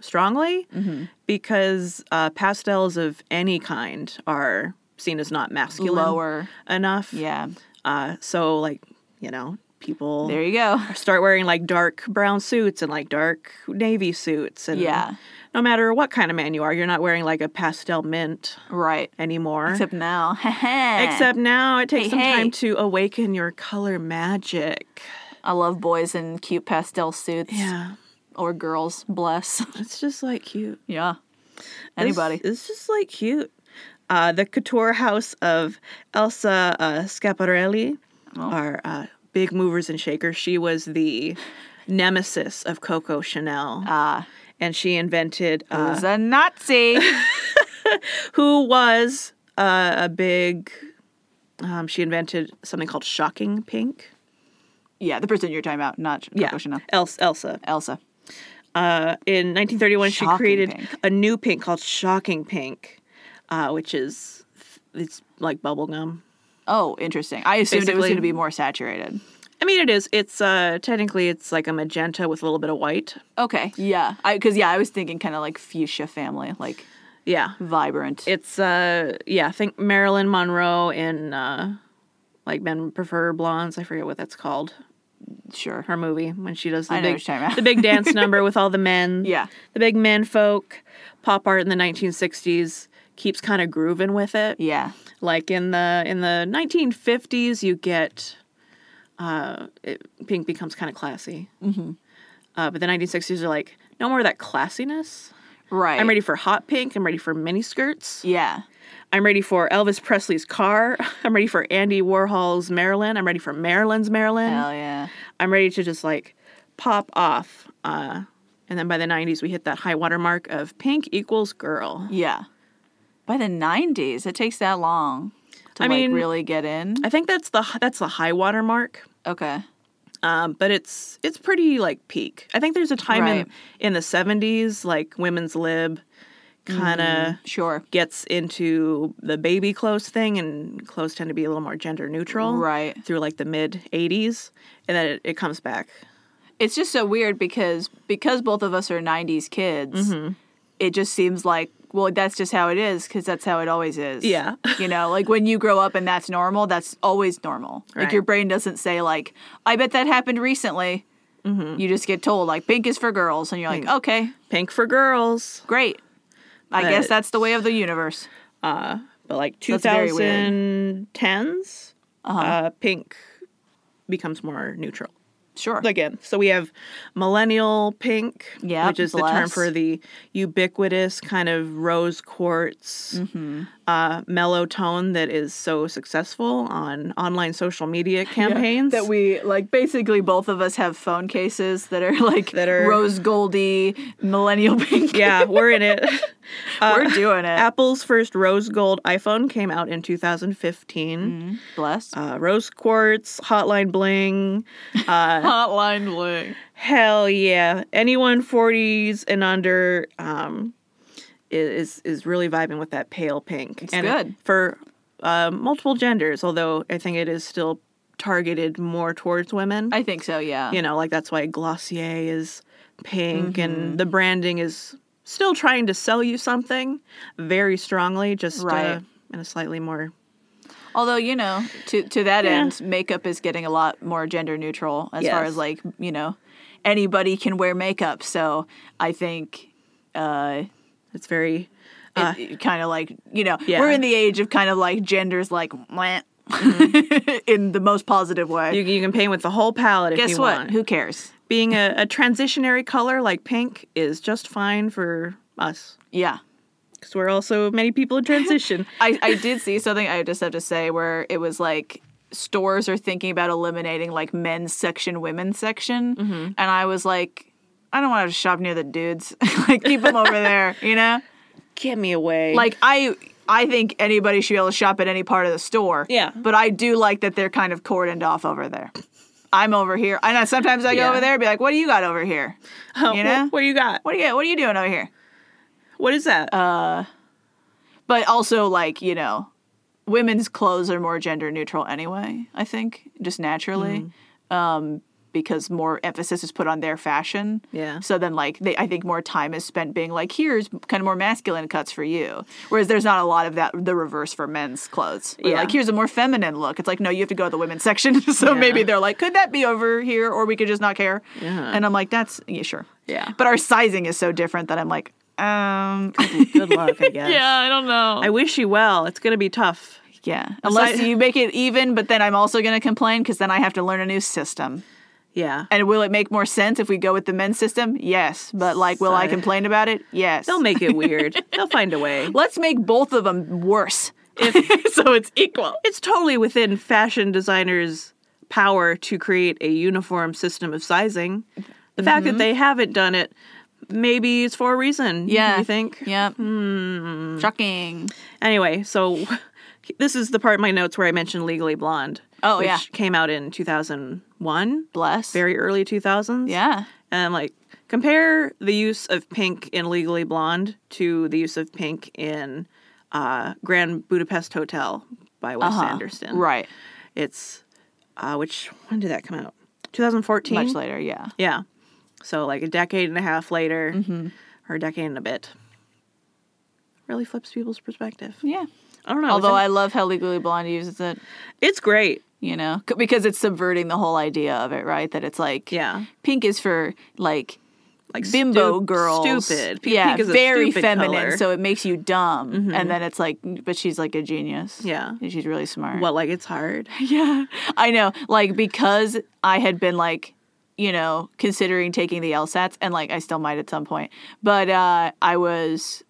Speaker 2: strongly
Speaker 1: Mm-hmm.
Speaker 2: because uh, pastels of any kind are seen as not masculine
Speaker 1: Lower.
Speaker 2: enough.
Speaker 1: Yeah.
Speaker 2: Uh, so, like, you know, people
Speaker 1: There you go.
Speaker 2: start wearing like dark brown suits and like dark navy suits. And
Speaker 1: Yeah.
Speaker 2: no matter what kind of man you are, you're not wearing like a pastel mint
Speaker 1: Right.
Speaker 2: anymore.
Speaker 1: Except now.
Speaker 2: Except now it takes
Speaker 1: Hey,
Speaker 2: some
Speaker 1: hey.
Speaker 2: time to awaken your color magic.
Speaker 1: I love boys in cute pastel suits.
Speaker 2: Yeah.
Speaker 1: Or girls, bless.
Speaker 2: It's just like cute.
Speaker 1: yeah. Anybody.
Speaker 2: It's, it's just like cute. Uh, the couture house of Elsa uh, Schiaparelli
Speaker 1: Oh.
Speaker 2: are uh, big movers and shakers. She was the nemesis of Coco Chanel.
Speaker 1: Ah.
Speaker 2: and she invented uh,
Speaker 1: Is a Nazi.
Speaker 2: who was uh, a big. Um, she invented something called shocking pink.
Speaker 1: yeah, the person you're talking about, not Coco Chanel.
Speaker 2: Els- Elsa.
Speaker 1: Elsa.
Speaker 2: Uh, in 1931,
Speaker 1: Shocking
Speaker 2: she created
Speaker 1: pink.
Speaker 2: a new pink called shocking pink, uh, which is it's like bubble gum.
Speaker 1: Oh, interesting. I assumed it was
Speaker 2: Basically-
Speaker 1: going to be more saturated.
Speaker 2: I mean, it is. It's uh, technically it's like a magenta with a little bit of white.
Speaker 1: Okay. Yeah. Because, yeah, I was thinking kind of like fuchsia family, like
Speaker 2: Yeah,
Speaker 1: vibrant.
Speaker 2: it's uh, yeah. I think Marilyn Monroe in uh, like men prefer blondes. I forget what that's called.
Speaker 1: sure.
Speaker 2: Her movie when she does the
Speaker 1: I know
Speaker 2: big
Speaker 1: what you're talking about.
Speaker 2: the big dance number with all the men.
Speaker 1: Yeah.
Speaker 2: the big men folk pop art in the 1960s keeps kind of grooving with it.
Speaker 1: Yeah.
Speaker 2: like in the in the 1950s you get uh it, pink becomes kind of classy mm-hmm. uh, but the 1960s are like no more of that classiness
Speaker 1: Right.
Speaker 2: i'm ready for hot pink i'm ready for mini skirts
Speaker 1: Yeah.
Speaker 2: i'm ready for elvis presley's car i'm ready for andy warhol's marilyn i'm ready for marilyn's marilyn
Speaker 1: Hell yeah.
Speaker 2: i'm ready to just like pop off uh and then by the 90s we hit that high water mark of pink equals girl
Speaker 1: Yeah. By the 90s, it takes that long to
Speaker 2: I
Speaker 1: like
Speaker 2: mean-
Speaker 1: really get in.
Speaker 2: i think that's the that's the high water mark
Speaker 1: Okay.
Speaker 2: um, but it's it's pretty like peak. I think there's a time
Speaker 1: Right.
Speaker 2: in in the '70s like women's lib kind of
Speaker 1: Sure.
Speaker 2: gets into the baby clothes thing, and clothes tend to be a little more gender neutral,
Speaker 1: Right.
Speaker 2: Through like the mid '80s, and then it, it comes back.
Speaker 1: It's just so weird because because both of us are 90s kids.
Speaker 2: Mm-hmm.
Speaker 1: It just seems like well, that's just how it is because that's how it always is.
Speaker 2: Yeah.
Speaker 1: you know, like when you grow up and that's normal, that's always normal. Like
Speaker 2: Right.
Speaker 1: your brain doesn't say like, "I bet that happened recently."
Speaker 2: Mm-hmm.
Speaker 1: You just get told like pink is for girls, and you're like, "Okay,
Speaker 2: Pink for girls,
Speaker 1: great." I guess
Speaker 2: Mm. But-
Speaker 1: that's the way of the universe.
Speaker 2: but like
Speaker 1: very weird. Uh-huh.
Speaker 2: 2010s, uh, pink becomes more neutral.
Speaker 1: Sure.
Speaker 2: again. So we have millennial pink,
Speaker 1: Yep,
Speaker 2: which is the term
Speaker 1: bless.
Speaker 2: for the ubiquitous kind of rose quartz
Speaker 1: Mm-hmm.
Speaker 2: uh, mellow tone that is so successful on online social media campaigns.
Speaker 1: that we like basically both of us have phone cases that are like
Speaker 2: That are-
Speaker 1: rose goldy millennial pink
Speaker 2: yeah, we're in it.
Speaker 1: we're doing it
Speaker 2: Apple's first rose gold iPhone came out in
Speaker 1: Mm-hmm.
Speaker 2: 2015.
Speaker 1: bless
Speaker 2: Uh, rose quartz, hotline bling.
Speaker 1: hotline bling
Speaker 2: Hell yeah. Anyone 40s and under um, is is really vibing with that pale pink. It's
Speaker 1: good.
Speaker 2: For uh, multiple genders, although I think it is still targeted more towards women.
Speaker 1: i think so yeah
Speaker 2: you know, like that's why Glossier is pink
Speaker 1: Mm-hmm.
Speaker 2: and the branding is still trying to sell you something very strongly, just uh,
Speaker 1: Right.
Speaker 2: in a slightly more.
Speaker 1: although you know to to that
Speaker 2: Yeah.
Speaker 1: end makeup is getting a lot more gender neutral as far
Speaker 2: Yes.
Speaker 1: as like you know anybody can wear makeup so i think uh
Speaker 2: It's very. Uh,
Speaker 1: it, kind of like you know
Speaker 2: Yeah.
Speaker 1: we're in the age of kind of like genders like meh, in the most positive way
Speaker 2: Mm-hmm. you, you can paint with the whole palette if
Speaker 1: guess
Speaker 2: you
Speaker 1: what
Speaker 2: want.
Speaker 1: who cares
Speaker 2: being a, a transitionary color like pink is just fine for us
Speaker 1: yeah
Speaker 2: because we're also many people in transition.
Speaker 1: I, I did see something I just have to say where it was like stores are thinking about eliminating like men's section, women's section.
Speaker 2: Mm-hmm.
Speaker 1: And I was like, I don't want to shop near the dudes. like keep them over there, you know?
Speaker 2: Get me away. Like
Speaker 1: Like I I think anybody should be able to shop at any part of the store.
Speaker 2: Yeah.
Speaker 1: But I do like that they're kind of cordoned off over there. I'm over here. And I, sometimes I go
Speaker 2: Yeah.
Speaker 1: over there and be like, what do you got over here? you know?
Speaker 2: what, you got?
Speaker 1: What do you got? What are you doing over here?
Speaker 2: What is that?
Speaker 1: but also like you know
Speaker 2: Mm-hmm.
Speaker 1: women's clothes are more gender neutral anyway i think just naturally um because more emphasis is put on their fashion.
Speaker 2: Yeah.
Speaker 1: So then, like, they, I think more time is spent being like, here's kind of more masculine cuts for you. Whereas there's not a lot of that, the reverse for men's clothes. We're
Speaker 2: Yeah.
Speaker 1: Like, here's a more feminine look. It's like, no, you have to go to the women's section. so
Speaker 2: Yeah.
Speaker 1: maybe they're like, could that be over here or we could just not care?
Speaker 2: Yeah.
Speaker 1: And I'm like, that's, yeah, sure.
Speaker 2: Yeah.
Speaker 1: But our sizing is so different that I'm like, um,
Speaker 2: Good luck, I guess.
Speaker 1: Uh, I don't know.
Speaker 2: I wish you well. It's going to be tough.
Speaker 1: Yeah, unless
Speaker 2: I-
Speaker 1: you make it even, but then I'm also going to complain because then I have to learn a new system.
Speaker 2: Yeah.
Speaker 1: And will it make more sense if we go with the men's system? Yes, but like, will I
Speaker 2: So-
Speaker 1: complain about it? Yes.
Speaker 2: They'll make it weird. They'll find a way.
Speaker 1: Let's make both of them worse, so it's equal.
Speaker 2: It's totally within fashion designers' power to create a uniform system of sizing. The fact that they haven't done it maybe is for a reason.
Speaker 1: Yeah,
Speaker 2: You think?
Speaker 1: Yep. Hmm. Shocking.
Speaker 2: Anyway, so this is the part of my notes where I mentioned Legally Blonde.
Speaker 1: Oh,
Speaker 2: which
Speaker 1: yeah.
Speaker 2: Came out in 2001,
Speaker 1: Bless.
Speaker 2: very early 2000s.
Speaker 1: yeah.
Speaker 2: And I'm like, compare the use of pink in Legally Blonde to the use of pink in uh, Grand Budapest Hotel by Wes Anderson.
Speaker 1: Uh-huh. Right.
Speaker 2: It's, uh, which, when did that come out? 2014?
Speaker 1: Much later. Yeah.
Speaker 2: Yeah. So like a decade and a half later,
Speaker 1: Mm-hmm.
Speaker 2: or a decade and a bit. Really flips people's perspective.
Speaker 1: Yeah.
Speaker 2: I don't know.
Speaker 1: Although
Speaker 2: it's,
Speaker 1: I love how Legally Blonde uses it.
Speaker 2: it's great.
Speaker 1: you know C- because it's subverting the whole idea of it right that it's like
Speaker 2: Yeah.
Speaker 1: pink is for like
Speaker 2: Like
Speaker 1: bimbo
Speaker 2: stu-
Speaker 1: girls
Speaker 2: Stupid. P-
Speaker 1: yeah
Speaker 2: pink is a
Speaker 1: very
Speaker 2: stupid
Speaker 1: feminine
Speaker 2: color. Mm-hmm.
Speaker 1: so it makes you dumb and then it's like but she's like a genius
Speaker 2: Yeah.
Speaker 1: And she's really smart
Speaker 2: What, like it's hard?
Speaker 1: yeah i know like because i had been like you know considering taking the lsats and like i still might at some point but uh i was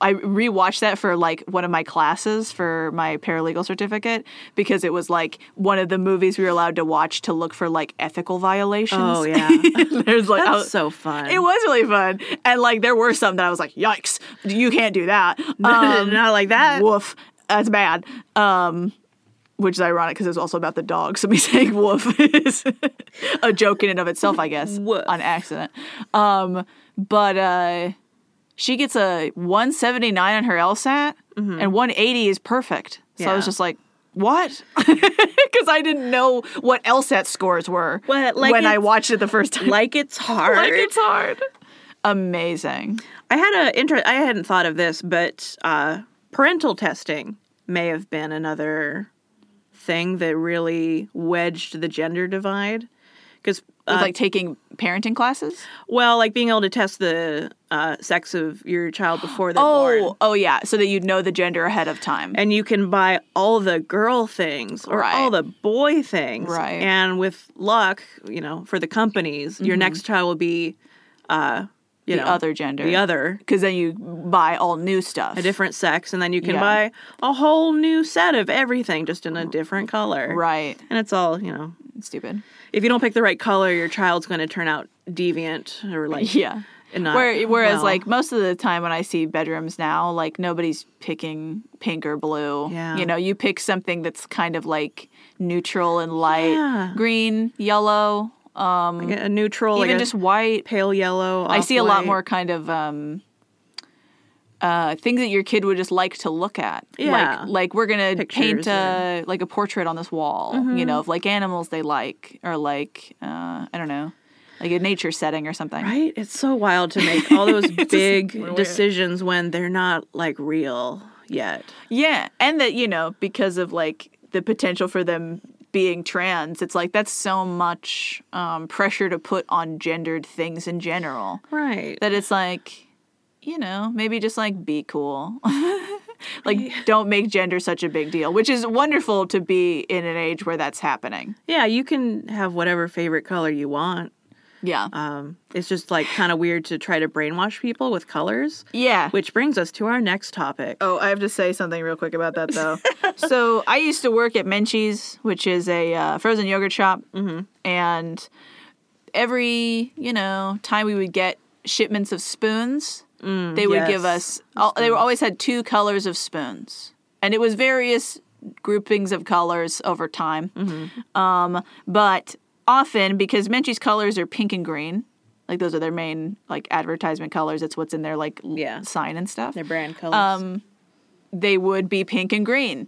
Speaker 1: I rewatched that for like one of my classes for my paralegal certificate because it was like one of the movies we were allowed to watch to look for like ethical violations.
Speaker 2: Oh, yeah.
Speaker 1: There's like I
Speaker 2: That's
Speaker 1: was-
Speaker 2: so fun.
Speaker 1: it was really fun. And like there were some that I was like, yikes, you can't do that. Um,
Speaker 2: Not like that.
Speaker 1: woof. That's bad. Um, which is ironic because it was also about the dog. So me saying woof is a joke in and of itself, I guess,
Speaker 2: Woof.
Speaker 1: on accident. Um, but uh, she gets a 179 on her LSAT, and 180 is perfect. So I was
Speaker 2: Mm-hmm. Yeah.
Speaker 1: just like, what? Because I didn't know what LSAT scores were
Speaker 2: What, like
Speaker 1: when I
Speaker 2: it's-
Speaker 1: watched it the first time.
Speaker 2: like it's hard.
Speaker 1: Like, it's hard. Amazing.
Speaker 2: I had a inter- I hadn't thought of this, but uh, parental testing may have been another thing that really wedged the gender divide. Because
Speaker 1: With like taking parenting classes.
Speaker 2: well, like being able to test the uh, sex of your child before they're
Speaker 1: Oh,
Speaker 2: born,
Speaker 1: oh yeah, so that you'd know the gender ahead of time.
Speaker 2: and you can buy all the girl things or
Speaker 1: Right.
Speaker 2: all the boy things,
Speaker 1: Right. Mm-hmm.
Speaker 2: And with luck, you know, for the companies, your next child will be, uh, you
Speaker 1: the
Speaker 2: know,
Speaker 1: other gender.
Speaker 2: the other,
Speaker 1: Because then you buy all new stuff.
Speaker 2: a different sex, and then you can
Speaker 1: Yeah.
Speaker 2: buy a whole new set of everything just in a different color.
Speaker 1: Right.
Speaker 2: And it's all, you know,
Speaker 1: Stupid.
Speaker 2: if you don't pick the right color, your child's going to turn out deviant or like.
Speaker 1: Yeah.
Speaker 2: And not
Speaker 1: Where, whereas,
Speaker 2: well.
Speaker 1: like most of the time when I see bedrooms now, like nobody's picking pink or blue.
Speaker 2: Yeah.
Speaker 1: You know, you pick something that's kind of like neutral and light,
Speaker 2: Yeah.
Speaker 1: green, yellow, um,
Speaker 2: Like a neutral,
Speaker 1: even
Speaker 2: like
Speaker 1: just
Speaker 2: just
Speaker 1: white.
Speaker 2: pale yellow.
Speaker 1: I see a lot
Speaker 2: off-white.
Speaker 1: more kind of um, uh, things that your kid would just like to look at.
Speaker 2: Yeah.
Speaker 1: Like, like we're gonna paint
Speaker 2: Pictures Mm-hmm.
Speaker 1: a, like a portrait on this wall, you know, of like animals they like, or like uh, I don't know, like a nature setting or something.
Speaker 2: Right? It's so wild to make all those
Speaker 1: weird.
Speaker 2: big decisions when they're not like real yet.
Speaker 1: Yeah, and that you know because of like the potential for them being trans, it's like that's so much um, pressure to put on gendered things in general.
Speaker 2: Right.
Speaker 1: that it's like, you know, maybe just like be cool. like don't make gender such a big deal, which is wonderful to be in an age where that's happening.
Speaker 2: yeah, you can have whatever favorite color you want.
Speaker 1: Yeah.
Speaker 2: Um, it's just like kind of weird to try to brainwash people with colors.
Speaker 1: yeah.
Speaker 2: Which brings us to our next topic.
Speaker 1: Oh, I have to say something real quick about that though. so I used to work at Menchie's, which is a uh, frozen yogurt shop,
Speaker 2: Mm-hmm.
Speaker 1: and every you know time we would get shipments of spoons, they would give
Speaker 2: Mm, yes.
Speaker 1: us. All, they were always had two colors of spoons, and it was various groupings of colors over time.
Speaker 2: Mm-hmm.
Speaker 1: Um, but often because Menchie's colors are pink and green. Like those are their main like advertisement colors. It's what's in their like l-
Speaker 2: Yeah.
Speaker 1: sign and stuff Um,
Speaker 2: Their brand colors.
Speaker 1: they would be pink and green.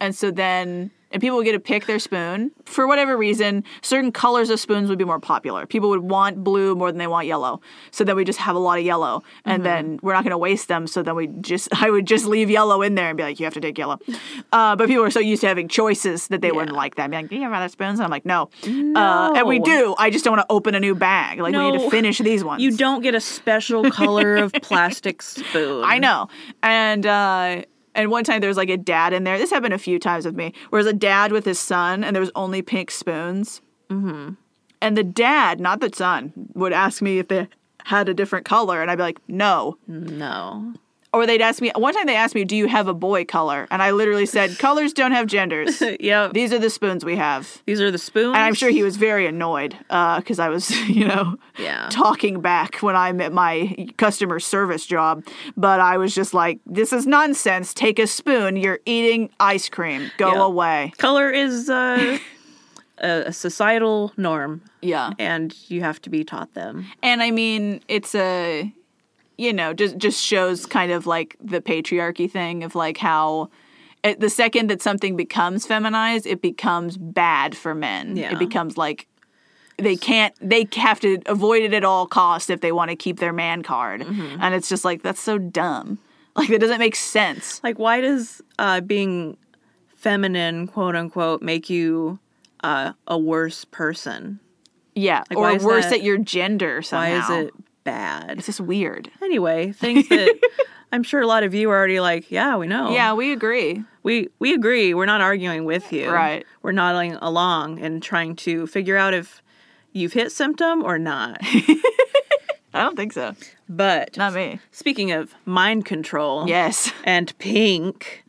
Speaker 1: And so then and people would get to pick their spoon. For whatever reason, certain colors of spoons would be more popular. People would want blue more than they want yellow. So then we just have a lot of yellow,
Speaker 2: Mm-hmm.
Speaker 1: and then we're not going to waste them. So then we just, I would just leave yellow in there and be like, you have to take yellow. Uh, but people are so used to having choices that they wouldn't like that. Be like, do you have other spoons? And I'm like, no. Uh, and we
Speaker 2: No.
Speaker 1: do. I just don't want to open a new bag. Like we need to
Speaker 2: No.
Speaker 1: finish these ones.
Speaker 2: You don't get a special color of plastic spoon.
Speaker 1: I know. And uh and one time there was like a dad in there. This happened a few times with me. Where it was a dad with his son, and there was only pink spoons. Mm-hmm. And the dad, not the son, would ask me if they had a different color, and I'd be like, no.
Speaker 2: No.
Speaker 1: Or they'd ask me one time. They asked me, "Do you have a boy color?" And I literally said, "Colors don't have genders.
Speaker 2: yeah.
Speaker 1: These are the spoons we have."
Speaker 2: These are the spoons.
Speaker 1: And Uh, I'm sure he was very annoyed because I was, you know,
Speaker 2: Yeah.
Speaker 1: talking back when I'm at my customer service job. But I was just like, this is nonsense. Take a spoon. You're eating ice cream. Go
Speaker 2: Yeah.
Speaker 1: away.
Speaker 2: color is uh, a, a societal norm,
Speaker 1: Yeah.
Speaker 2: and you have to be taught them.
Speaker 1: And I mean, it's a, you know, just just shows kind of like the patriarchy thing of like how at the second that something becomes feminized, it becomes bad for men.
Speaker 2: Yeah.
Speaker 1: It becomes like they can't they have to avoid it at all costs if they want to keep their man card. And it's just like that's so dumb. Like that doesn't make sense.
Speaker 2: Like, why does uh, being feminine, quote unquote, make you uh, a worse person?
Speaker 1: Yeah.
Speaker 2: why
Speaker 1: or
Speaker 2: is
Speaker 1: worse
Speaker 2: that-
Speaker 1: at your gender
Speaker 2: Why
Speaker 1: somehow.
Speaker 2: is it bad?
Speaker 1: It's just weird.
Speaker 2: Anyway, things that I'm sure a lot of you are already like, yeah, we know.
Speaker 1: Yeah, we agree.
Speaker 2: we we agree. We're not arguing with you.
Speaker 1: Right.
Speaker 2: We're nodding along and trying to figure out if you've hit symptom or not.
Speaker 1: I don't think so.
Speaker 2: But
Speaker 1: Not me.
Speaker 2: speaking of mind control,
Speaker 1: Yes.
Speaker 2: and pink.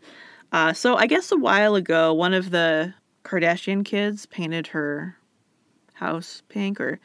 Speaker 2: Uh, so I guess a while ago, one of the Kardashian kids painted her house pink, or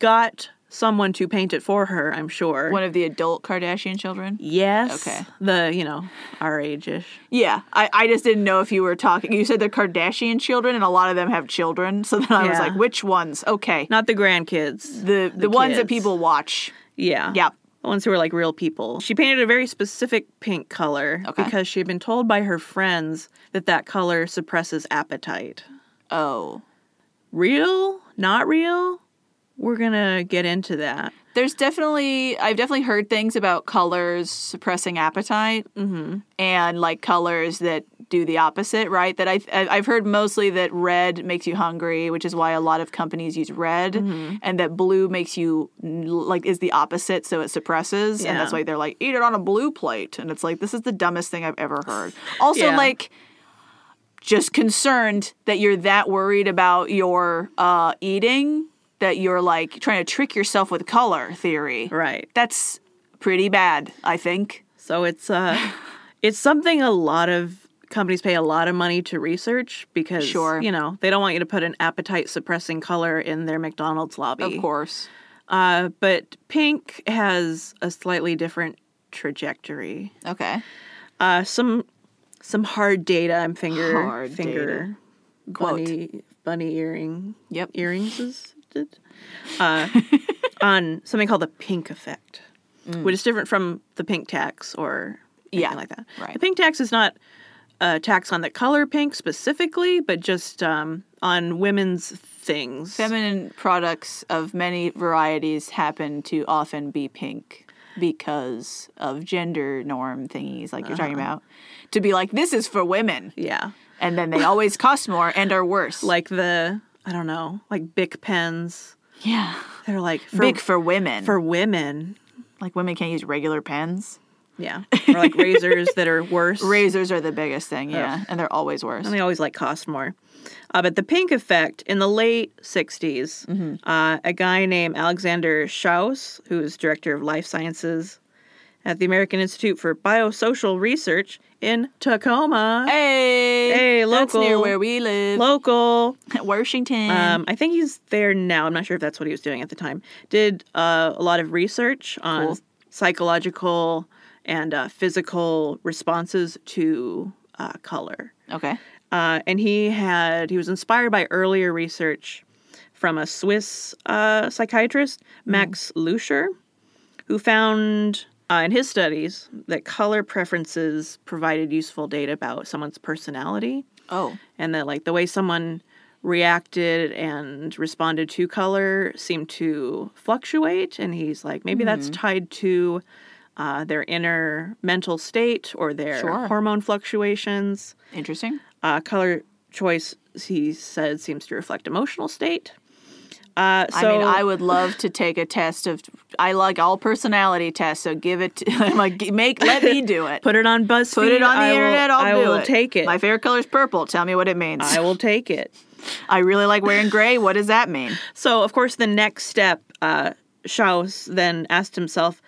Speaker 2: got someone to paint it for her. I'm sure.
Speaker 1: One of the adult Kardashian children.
Speaker 2: yes.
Speaker 1: Okay.
Speaker 2: The you know our age ish.
Speaker 1: Yeah, I, I just didn't know if you were talking. You said the Kardashian children, and a lot of them have children. So then I was
Speaker 2: Yeah.
Speaker 1: like, which ones? Okay,
Speaker 2: Not the grandkids.
Speaker 1: the the, ones that
Speaker 2: kids.
Speaker 1: people watch.
Speaker 2: Yeah.
Speaker 1: Yep.
Speaker 2: The ones who were like real people. She painted a very specific pink color
Speaker 1: Okay.
Speaker 2: because she had been told by her friends that that color suppresses appetite.
Speaker 1: Oh,
Speaker 2: Real? Not real? We're going to get into that.
Speaker 1: there's definitely I've definitely heard things about colors suppressing appetite,
Speaker 2: Mm-hmm.
Speaker 1: and like colors that do the opposite. Right? That I I- I've heard mostly that red makes you hungry, which is why a lot of companies use red,
Speaker 2: Mm-hmm.
Speaker 1: and that blue makes you n- like is the opposite, so it suppresses, and that's
Speaker 2: Yeah.
Speaker 1: why they're like eat it on a blue plate, and it's like this is the dumbest thing I've ever heard. Also,
Speaker 2: Yeah.
Speaker 1: like just concerned that you're that worried about your uh, eating that you're like trying to trick yourself with color theory.
Speaker 2: Right.
Speaker 1: That's pretty bad, I think.
Speaker 2: So it's uh it's something a lot of companies pay a lot of money to research because
Speaker 1: Sure.
Speaker 2: you know, they don't want you to put an appetite suppressing color in their McDonald's lobby.
Speaker 1: Of course.
Speaker 2: Uh but pink has a slightly different trajectory.
Speaker 1: Okay.
Speaker 2: Uh, some some hard data. I'm finger
Speaker 1: Hard
Speaker 2: finger
Speaker 1: Quote.
Speaker 2: bunny bunny earring
Speaker 1: Yep.
Speaker 2: earrings is it? Uh, on something called the pink effect, which is different from the pink tax or anything
Speaker 1: Mm. Yeah,
Speaker 2: like that.
Speaker 1: right.
Speaker 2: The pink tax is not a tax on the color pink specifically, but just um, on women's things.
Speaker 1: Feminine products of many varieties happen to often be pink because of gender norm thingies like you're talking about to be like this is for women
Speaker 2: yeah,
Speaker 1: and then they always cost more and are worse
Speaker 2: like the I don't know, like Bic pens.
Speaker 1: yeah
Speaker 2: They're like for,
Speaker 1: big for women
Speaker 2: for women.
Speaker 1: like women can't use regular pens
Speaker 2: Yeah. Or like razors that are worse.
Speaker 1: Razors are the biggest thing, yeah, and they're always worse.
Speaker 2: and they always like cost more. Uh, but the pink effect in the late 60s,
Speaker 1: Mm-hmm.
Speaker 2: uh, a guy named Alexander Schaus, who is director of life sciences at the American Institute for Biosocial Research in Tacoma,
Speaker 1: hey,
Speaker 2: Hey,
Speaker 1: that's near
Speaker 2: local-
Speaker 1: where we live,
Speaker 2: local.
Speaker 1: Washington.
Speaker 2: Um, I think he's there now. I'm not sure if that's what he was doing at the time. Did uh, a lot of research on
Speaker 1: Cool.
Speaker 2: psychological and uh, physical responses to uh, color.
Speaker 1: okay,
Speaker 2: uh, and he had he was inspired by earlier research from a Swiss uh, psychiatrist Max Lucher, who found uh, in his studies that color preferences provided useful data about someone's personality.
Speaker 1: Oh.
Speaker 2: and that like the way someone reacted and responded to color seemed to fluctuate and he's like maybe that's tied to uh, their inner mental state or their
Speaker 1: Sure.
Speaker 2: hormone fluctuations
Speaker 1: Interesting.
Speaker 2: uh, color choice he said seems to reflect emotional state uh, so
Speaker 1: I mean, I would love to take a test of. I like all personality tests, so give it. To, I'm like, "G- make let me do it. Put,
Speaker 2: put it on BuzzFeed.
Speaker 1: it on the
Speaker 2: I will-
Speaker 1: internet. I'll
Speaker 2: I
Speaker 1: do
Speaker 2: will
Speaker 1: it.
Speaker 2: take it.
Speaker 1: My favorite color is purple. Tell me what it means.
Speaker 2: I
Speaker 1: I,
Speaker 2: will take it.
Speaker 1: really like wearing gray. What does that mean?
Speaker 2: So, of course, the next step, uh, Strauss then asked himself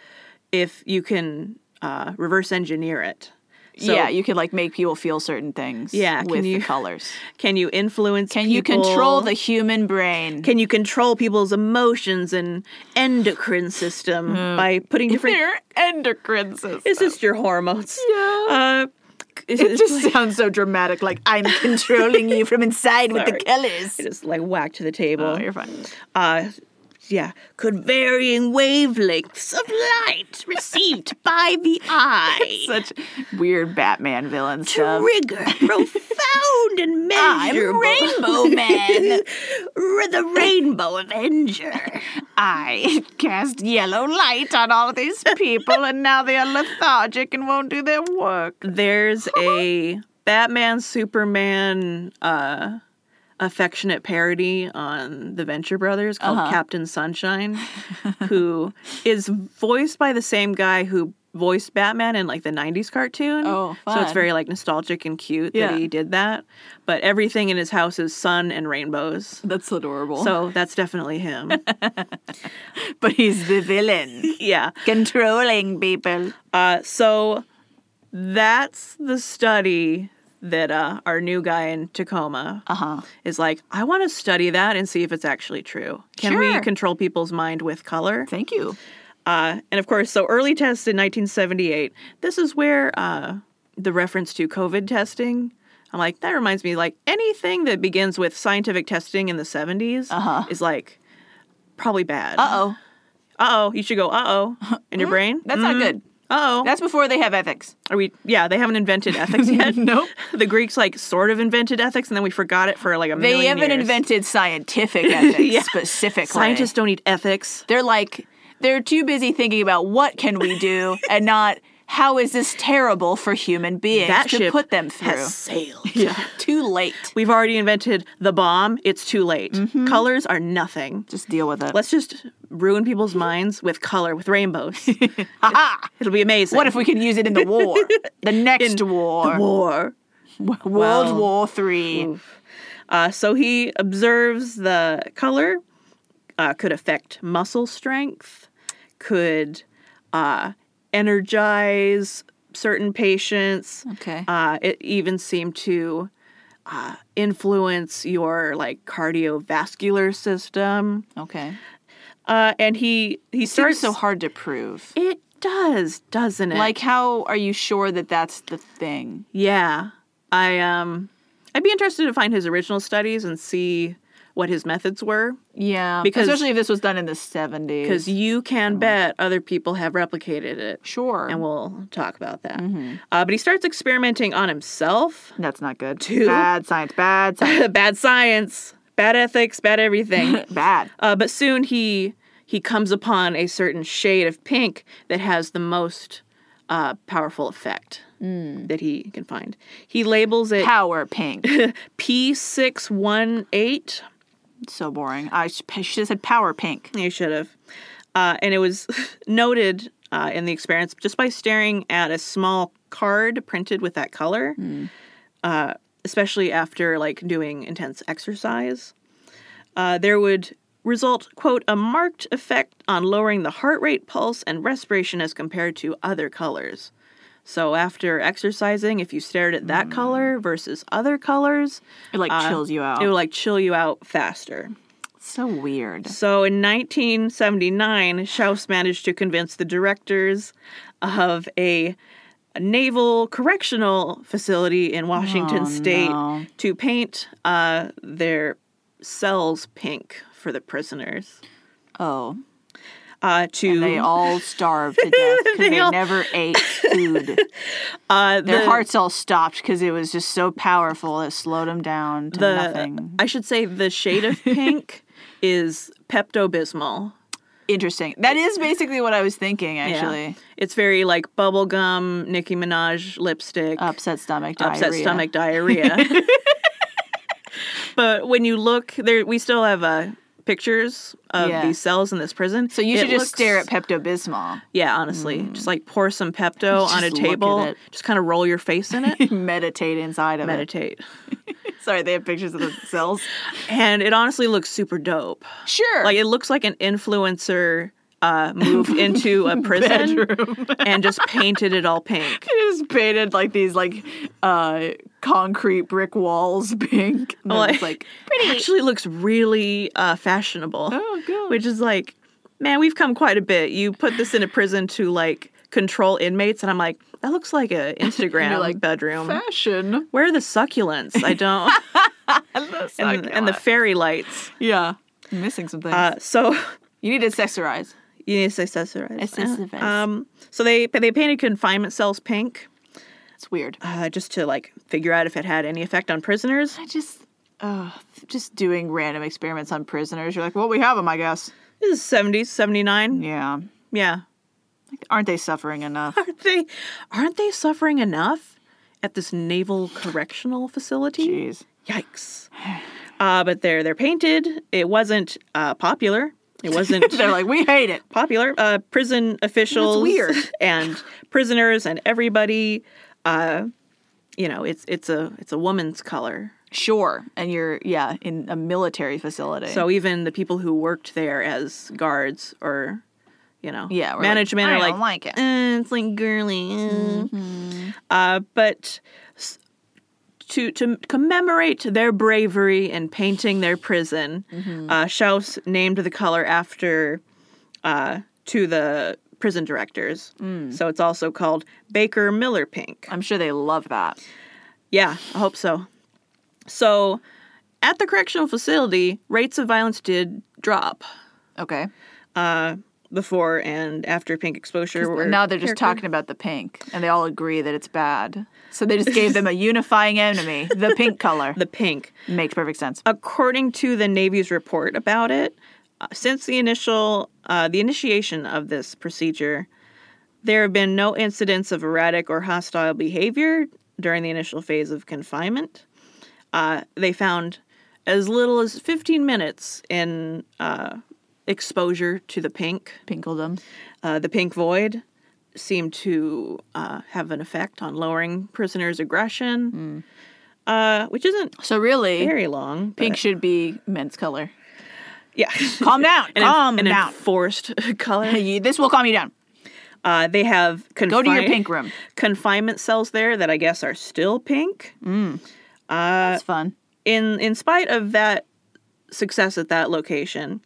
Speaker 2: if you can uh, reverse engineer it. So,
Speaker 1: yeah, you could like make people feel certain things.
Speaker 2: Yeah, can
Speaker 1: with
Speaker 2: you-
Speaker 1: the colors.
Speaker 2: Can you influence?
Speaker 1: Can you control
Speaker 2: people?
Speaker 1: the human brain?
Speaker 2: Can you control people's emotions and endocrine system
Speaker 1: Hmm.
Speaker 2: by putting different?
Speaker 1: Your endocrine system.
Speaker 2: Is this your hormones?
Speaker 1: Yeah.
Speaker 2: Uh, is
Speaker 1: it just sounds so dramatic. Like I'm controlling you from inside with the
Speaker 2: Sorry.
Speaker 1: colors.
Speaker 2: I just like whack to the table.
Speaker 1: Oh, you're fine.
Speaker 2: uh yeah could varying wavelengths of light received by the eye
Speaker 1: Such weird Batman villain stuff.
Speaker 2: trigger profound and measurable
Speaker 1: Man.
Speaker 2: Ra- the rainbow avenger
Speaker 1: I cast yellow light on all these people, and now they are lethargic and won't do their work.
Speaker 2: there's a batman superman uh affectionate parody on the venture brothers called
Speaker 1: Uh-huh.
Speaker 2: captain sunshine who is voiced by the same guy who voiced batman in like the 90s cartoon
Speaker 1: Oh,
Speaker 2: so it's
Speaker 1: fun.
Speaker 2: very like nostalgic and cute
Speaker 1: Yeah.
Speaker 2: that he did that but everything in his house is sun and rainbows
Speaker 1: That's adorable.
Speaker 2: so that's definitely him
Speaker 1: but he's the villain,
Speaker 2: yeah
Speaker 1: controlling people.
Speaker 2: Uh, so that's the study that uh, our new guy in Tacoma
Speaker 1: Uh-huh.
Speaker 2: is like. I want to study that and see if it's actually true. Can we
Speaker 1: Sure.
Speaker 2: control people's mind with color?
Speaker 1: Thank you.
Speaker 2: Uh, and of course, so early tests in 1978. This is where uh, the reference to COVID testing. I'm like, that reminds me, like anything that begins with scientific testing in the 70s
Speaker 1: Uh-huh.
Speaker 2: is like probably bad.
Speaker 1: Uh oh.
Speaker 2: Uh oh. You should go, uh oh, in your brain.
Speaker 1: Mm, That's not good.
Speaker 2: Uh oh.
Speaker 1: That's before they have ethics.
Speaker 2: Are we? Yeah, they haven't invented ethics yet.
Speaker 1: Nope.
Speaker 2: The Greeks like sort of invented ethics, and then we forgot it for like a
Speaker 1: They
Speaker 2: million
Speaker 1: haven't
Speaker 2: years.
Speaker 1: invented scientific ethics
Speaker 2: Yeah.
Speaker 1: specifically.
Speaker 2: Scientists don't need ethics.
Speaker 1: They're like they're too busy thinking about what can we do and not how is this terrible for human beings
Speaker 2: That
Speaker 1: to
Speaker 2: ship
Speaker 1: put them through.
Speaker 2: Has sailed.
Speaker 1: Too late.
Speaker 2: We've already invented the bomb. It's too late.
Speaker 1: Mm-hmm.
Speaker 2: Colors are nothing.
Speaker 1: Just deal with it.
Speaker 2: Let's just ruin people's minds with color, with rainbows.
Speaker 1: Aha!
Speaker 2: It'll be amazing.
Speaker 1: What if we can use it in the war? The next
Speaker 2: the
Speaker 1: war.
Speaker 2: war?
Speaker 1: World
Speaker 2: Well,
Speaker 1: War Three.
Speaker 2: Uh, so he observes the color uh, could affect muscle strength, could uh, energize certain patients.
Speaker 1: Okay.
Speaker 2: Uh, it even seemed to uh, influence your like cardiovascular system.
Speaker 1: Okay.
Speaker 2: Uh, and he he
Speaker 1: Seems
Speaker 2: starts
Speaker 1: so hard to prove.
Speaker 2: It does, doesn't it?
Speaker 1: Like, how are you sure that that's the thing?
Speaker 2: Yeah. I um I'd be interested to find his original studies and see what his methods were
Speaker 1: Yeah.
Speaker 2: Because-
Speaker 1: especially if this was done in the seventies.
Speaker 2: because you can bet other people have replicated it.
Speaker 1: Oh. sure. Mm-hmm.
Speaker 2: And we'll talk about that. Uh, but he starts experimenting on himself.
Speaker 1: that's not good.
Speaker 2: Two.
Speaker 1: Bad science. Bad science.
Speaker 2: bad science, bad ethics, bad everything.
Speaker 1: bad.
Speaker 2: uh, but soon he he comes upon a certain shade of pink that has the most uh, powerful effect that he can find. He labels it
Speaker 1: Power pink.
Speaker 2: P618.
Speaker 1: so boring. I sh- I should have said power pink.
Speaker 2: You should have. Uh, and it was noted uh, in the experience just by staring at a small card printed with that color, uh, especially after like doing intense exercise. Uh, there would result, quote, a marked effect on lowering the heart rate, pulse, and respiration as compared to other colors. So after exercising, if you stared at that color versus other colors,
Speaker 1: Uh, It like chills you out.
Speaker 2: it would like chill you out faster.
Speaker 1: so weird.
Speaker 2: So in 1979, Schaus managed to convince the directors of a naval correctional facility in Washington State
Speaker 1: Oh, no.
Speaker 2: to paint uh, their cells pink for the prisoners.
Speaker 1: Oh.
Speaker 2: uh, to
Speaker 1: They all starved to death because
Speaker 2: They
Speaker 1: they,
Speaker 2: all-
Speaker 1: never ate food.
Speaker 2: uh,
Speaker 1: Their
Speaker 2: the-
Speaker 1: hearts all stopped because it was just so powerful. It slowed them down to
Speaker 2: the
Speaker 1: nothing.
Speaker 2: I should say the shade of pink is Pepto Bismol.
Speaker 1: Interesting. That is basically what I was thinking. Actually,
Speaker 2: It's very like bubblegum, Nicki Minaj lipstick,
Speaker 1: upset stomach diarrhea.
Speaker 2: upset stomach diarrhea. but when you look there, we still have uh, pictures of
Speaker 1: Yeah.
Speaker 2: these cells in this prison.
Speaker 1: So you should
Speaker 2: It
Speaker 1: just
Speaker 2: looks-
Speaker 1: stare at Pepto Bismol.
Speaker 2: Yeah, honestly, just like pour some Pepto on a
Speaker 1: Just look at
Speaker 2: table,
Speaker 1: it.
Speaker 2: just kind of roll your face in it,
Speaker 1: Meditate inside of
Speaker 2: meditate,
Speaker 1: it. Sorry, they have pictures of themselves.
Speaker 2: and it honestly looks super dope.
Speaker 1: Sure.
Speaker 2: Like it looks like an influencer uh, moved into a prison and just painted it all pink.
Speaker 1: They just painted like these like uh concrete brick walls pink. And then it's like
Speaker 2: pretty. Actually, looks really uh, fashionable.
Speaker 1: Oh, good.
Speaker 2: Which is like, man, we've come quite a bit. You put this in a prison to like control inmates, and I'm like, that looks like a Instagram
Speaker 1: like,
Speaker 2: bedroom.
Speaker 1: fashion.
Speaker 2: Where are the succulents? I don't. and, and the fairy lights.
Speaker 1: yeah, missing some things.
Speaker 2: Uh, so
Speaker 1: you need to accessorize.
Speaker 2: you need to accessorize.
Speaker 1: Accessorize.
Speaker 2: Um, so they they painted confinement cells pink.
Speaker 1: It's weird.
Speaker 2: uh, just to like figure out if it had any effect on prisoners.
Speaker 1: I just. Oh, just doing random experiments on prisoners. You're like, well, we have them, I guess.
Speaker 2: This is 70s, 79.
Speaker 1: Yeah.
Speaker 2: Yeah.
Speaker 1: Aren't they suffering enough?
Speaker 2: Aren't they aren't they suffering enough at this naval correctional facility?
Speaker 1: Jeez.
Speaker 2: Yikes. Uh, but they're they're painted. It wasn't uh, popular. It wasn't
Speaker 1: They're like, we hate it.
Speaker 2: popular. Uh, prison officials
Speaker 1: weird.
Speaker 2: and prisoners and everybody uh, you know, it's it's a it's a woman's color.
Speaker 1: Sure. And you're, yeah, in a military facility.
Speaker 2: So even the people who worked there as guards or, you know,
Speaker 1: Yeah, we're like,
Speaker 2: management
Speaker 1: "I
Speaker 2: are
Speaker 1: don't like it." Mm-hmm.
Speaker 2: "Eh, it's like girly. eh." Uh, but s- to to commemorate their bravery in painting their prison,
Speaker 1: Mm-hmm.
Speaker 2: uh, Schaus named the color after uh, to the prison directors.
Speaker 1: Mm.
Speaker 2: So it's also called Baker Miller pink.
Speaker 1: I'm sure they love that.
Speaker 2: Yeah, I hope so. So, at the correctional facility, rates of violence did drop
Speaker 1: Okay.
Speaker 2: before and after pink exposure. Were
Speaker 1: now they're just talking about the pink, and they all agree that it's bad. So they just gave them a unifying enemy, the pink color.
Speaker 2: the pink.
Speaker 1: Makes perfect sense.
Speaker 2: According to the Navy's report about it, uh, since the initial uh, the initiation of this procedure, there have been no incidents of erratic or hostile behavior during the initial phase of confinement. Uh, they found as little as 15 minutes in uh, exposure to the pink.
Speaker 1: Pinkledom.
Speaker 2: Uh, the pink void seemed to uh, have an effect on lowering prisoners'
Speaker 1: Hmm.
Speaker 2: aggression, uh, which isn't
Speaker 1: So really,
Speaker 2: very long.
Speaker 1: pink should be men's color.
Speaker 2: but- yeah,
Speaker 1: Calm down.
Speaker 2: an,
Speaker 1: calm
Speaker 2: an
Speaker 1: down.
Speaker 2: enforced color.
Speaker 1: You- this will calm you down.
Speaker 2: Uh, they have confi-
Speaker 1: Go to your pink room.
Speaker 2: confinement cells there that I guess are still pink.
Speaker 1: Hmm. That's fun.
Speaker 2: In in spite of that success at that location,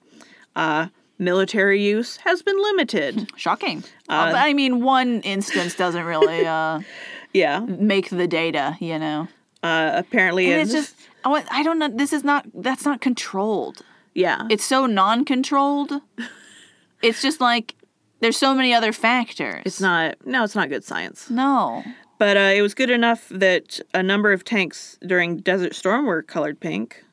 Speaker 2: uh, military use has been
Speaker 1: Hmm.
Speaker 2: limited.
Speaker 1: Shocking.
Speaker 2: Uh,
Speaker 1: But I mean, one instance doesn't really uh,
Speaker 2: Yeah,
Speaker 1: make the data, you know.
Speaker 2: uh, apparently
Speaker 1: And it's just, I want- I don't know. This is not. That's not controlled.
Speaker 2: yeah.
Speaker 1: It's so non-controlled. It's just like there's so many other factors.
Speaker 2: it's not no, it's not good science.
Speaker 1: No.
Speaker 2: But uh, it was good enough that a number of tanks during Desert Storm were colored pink.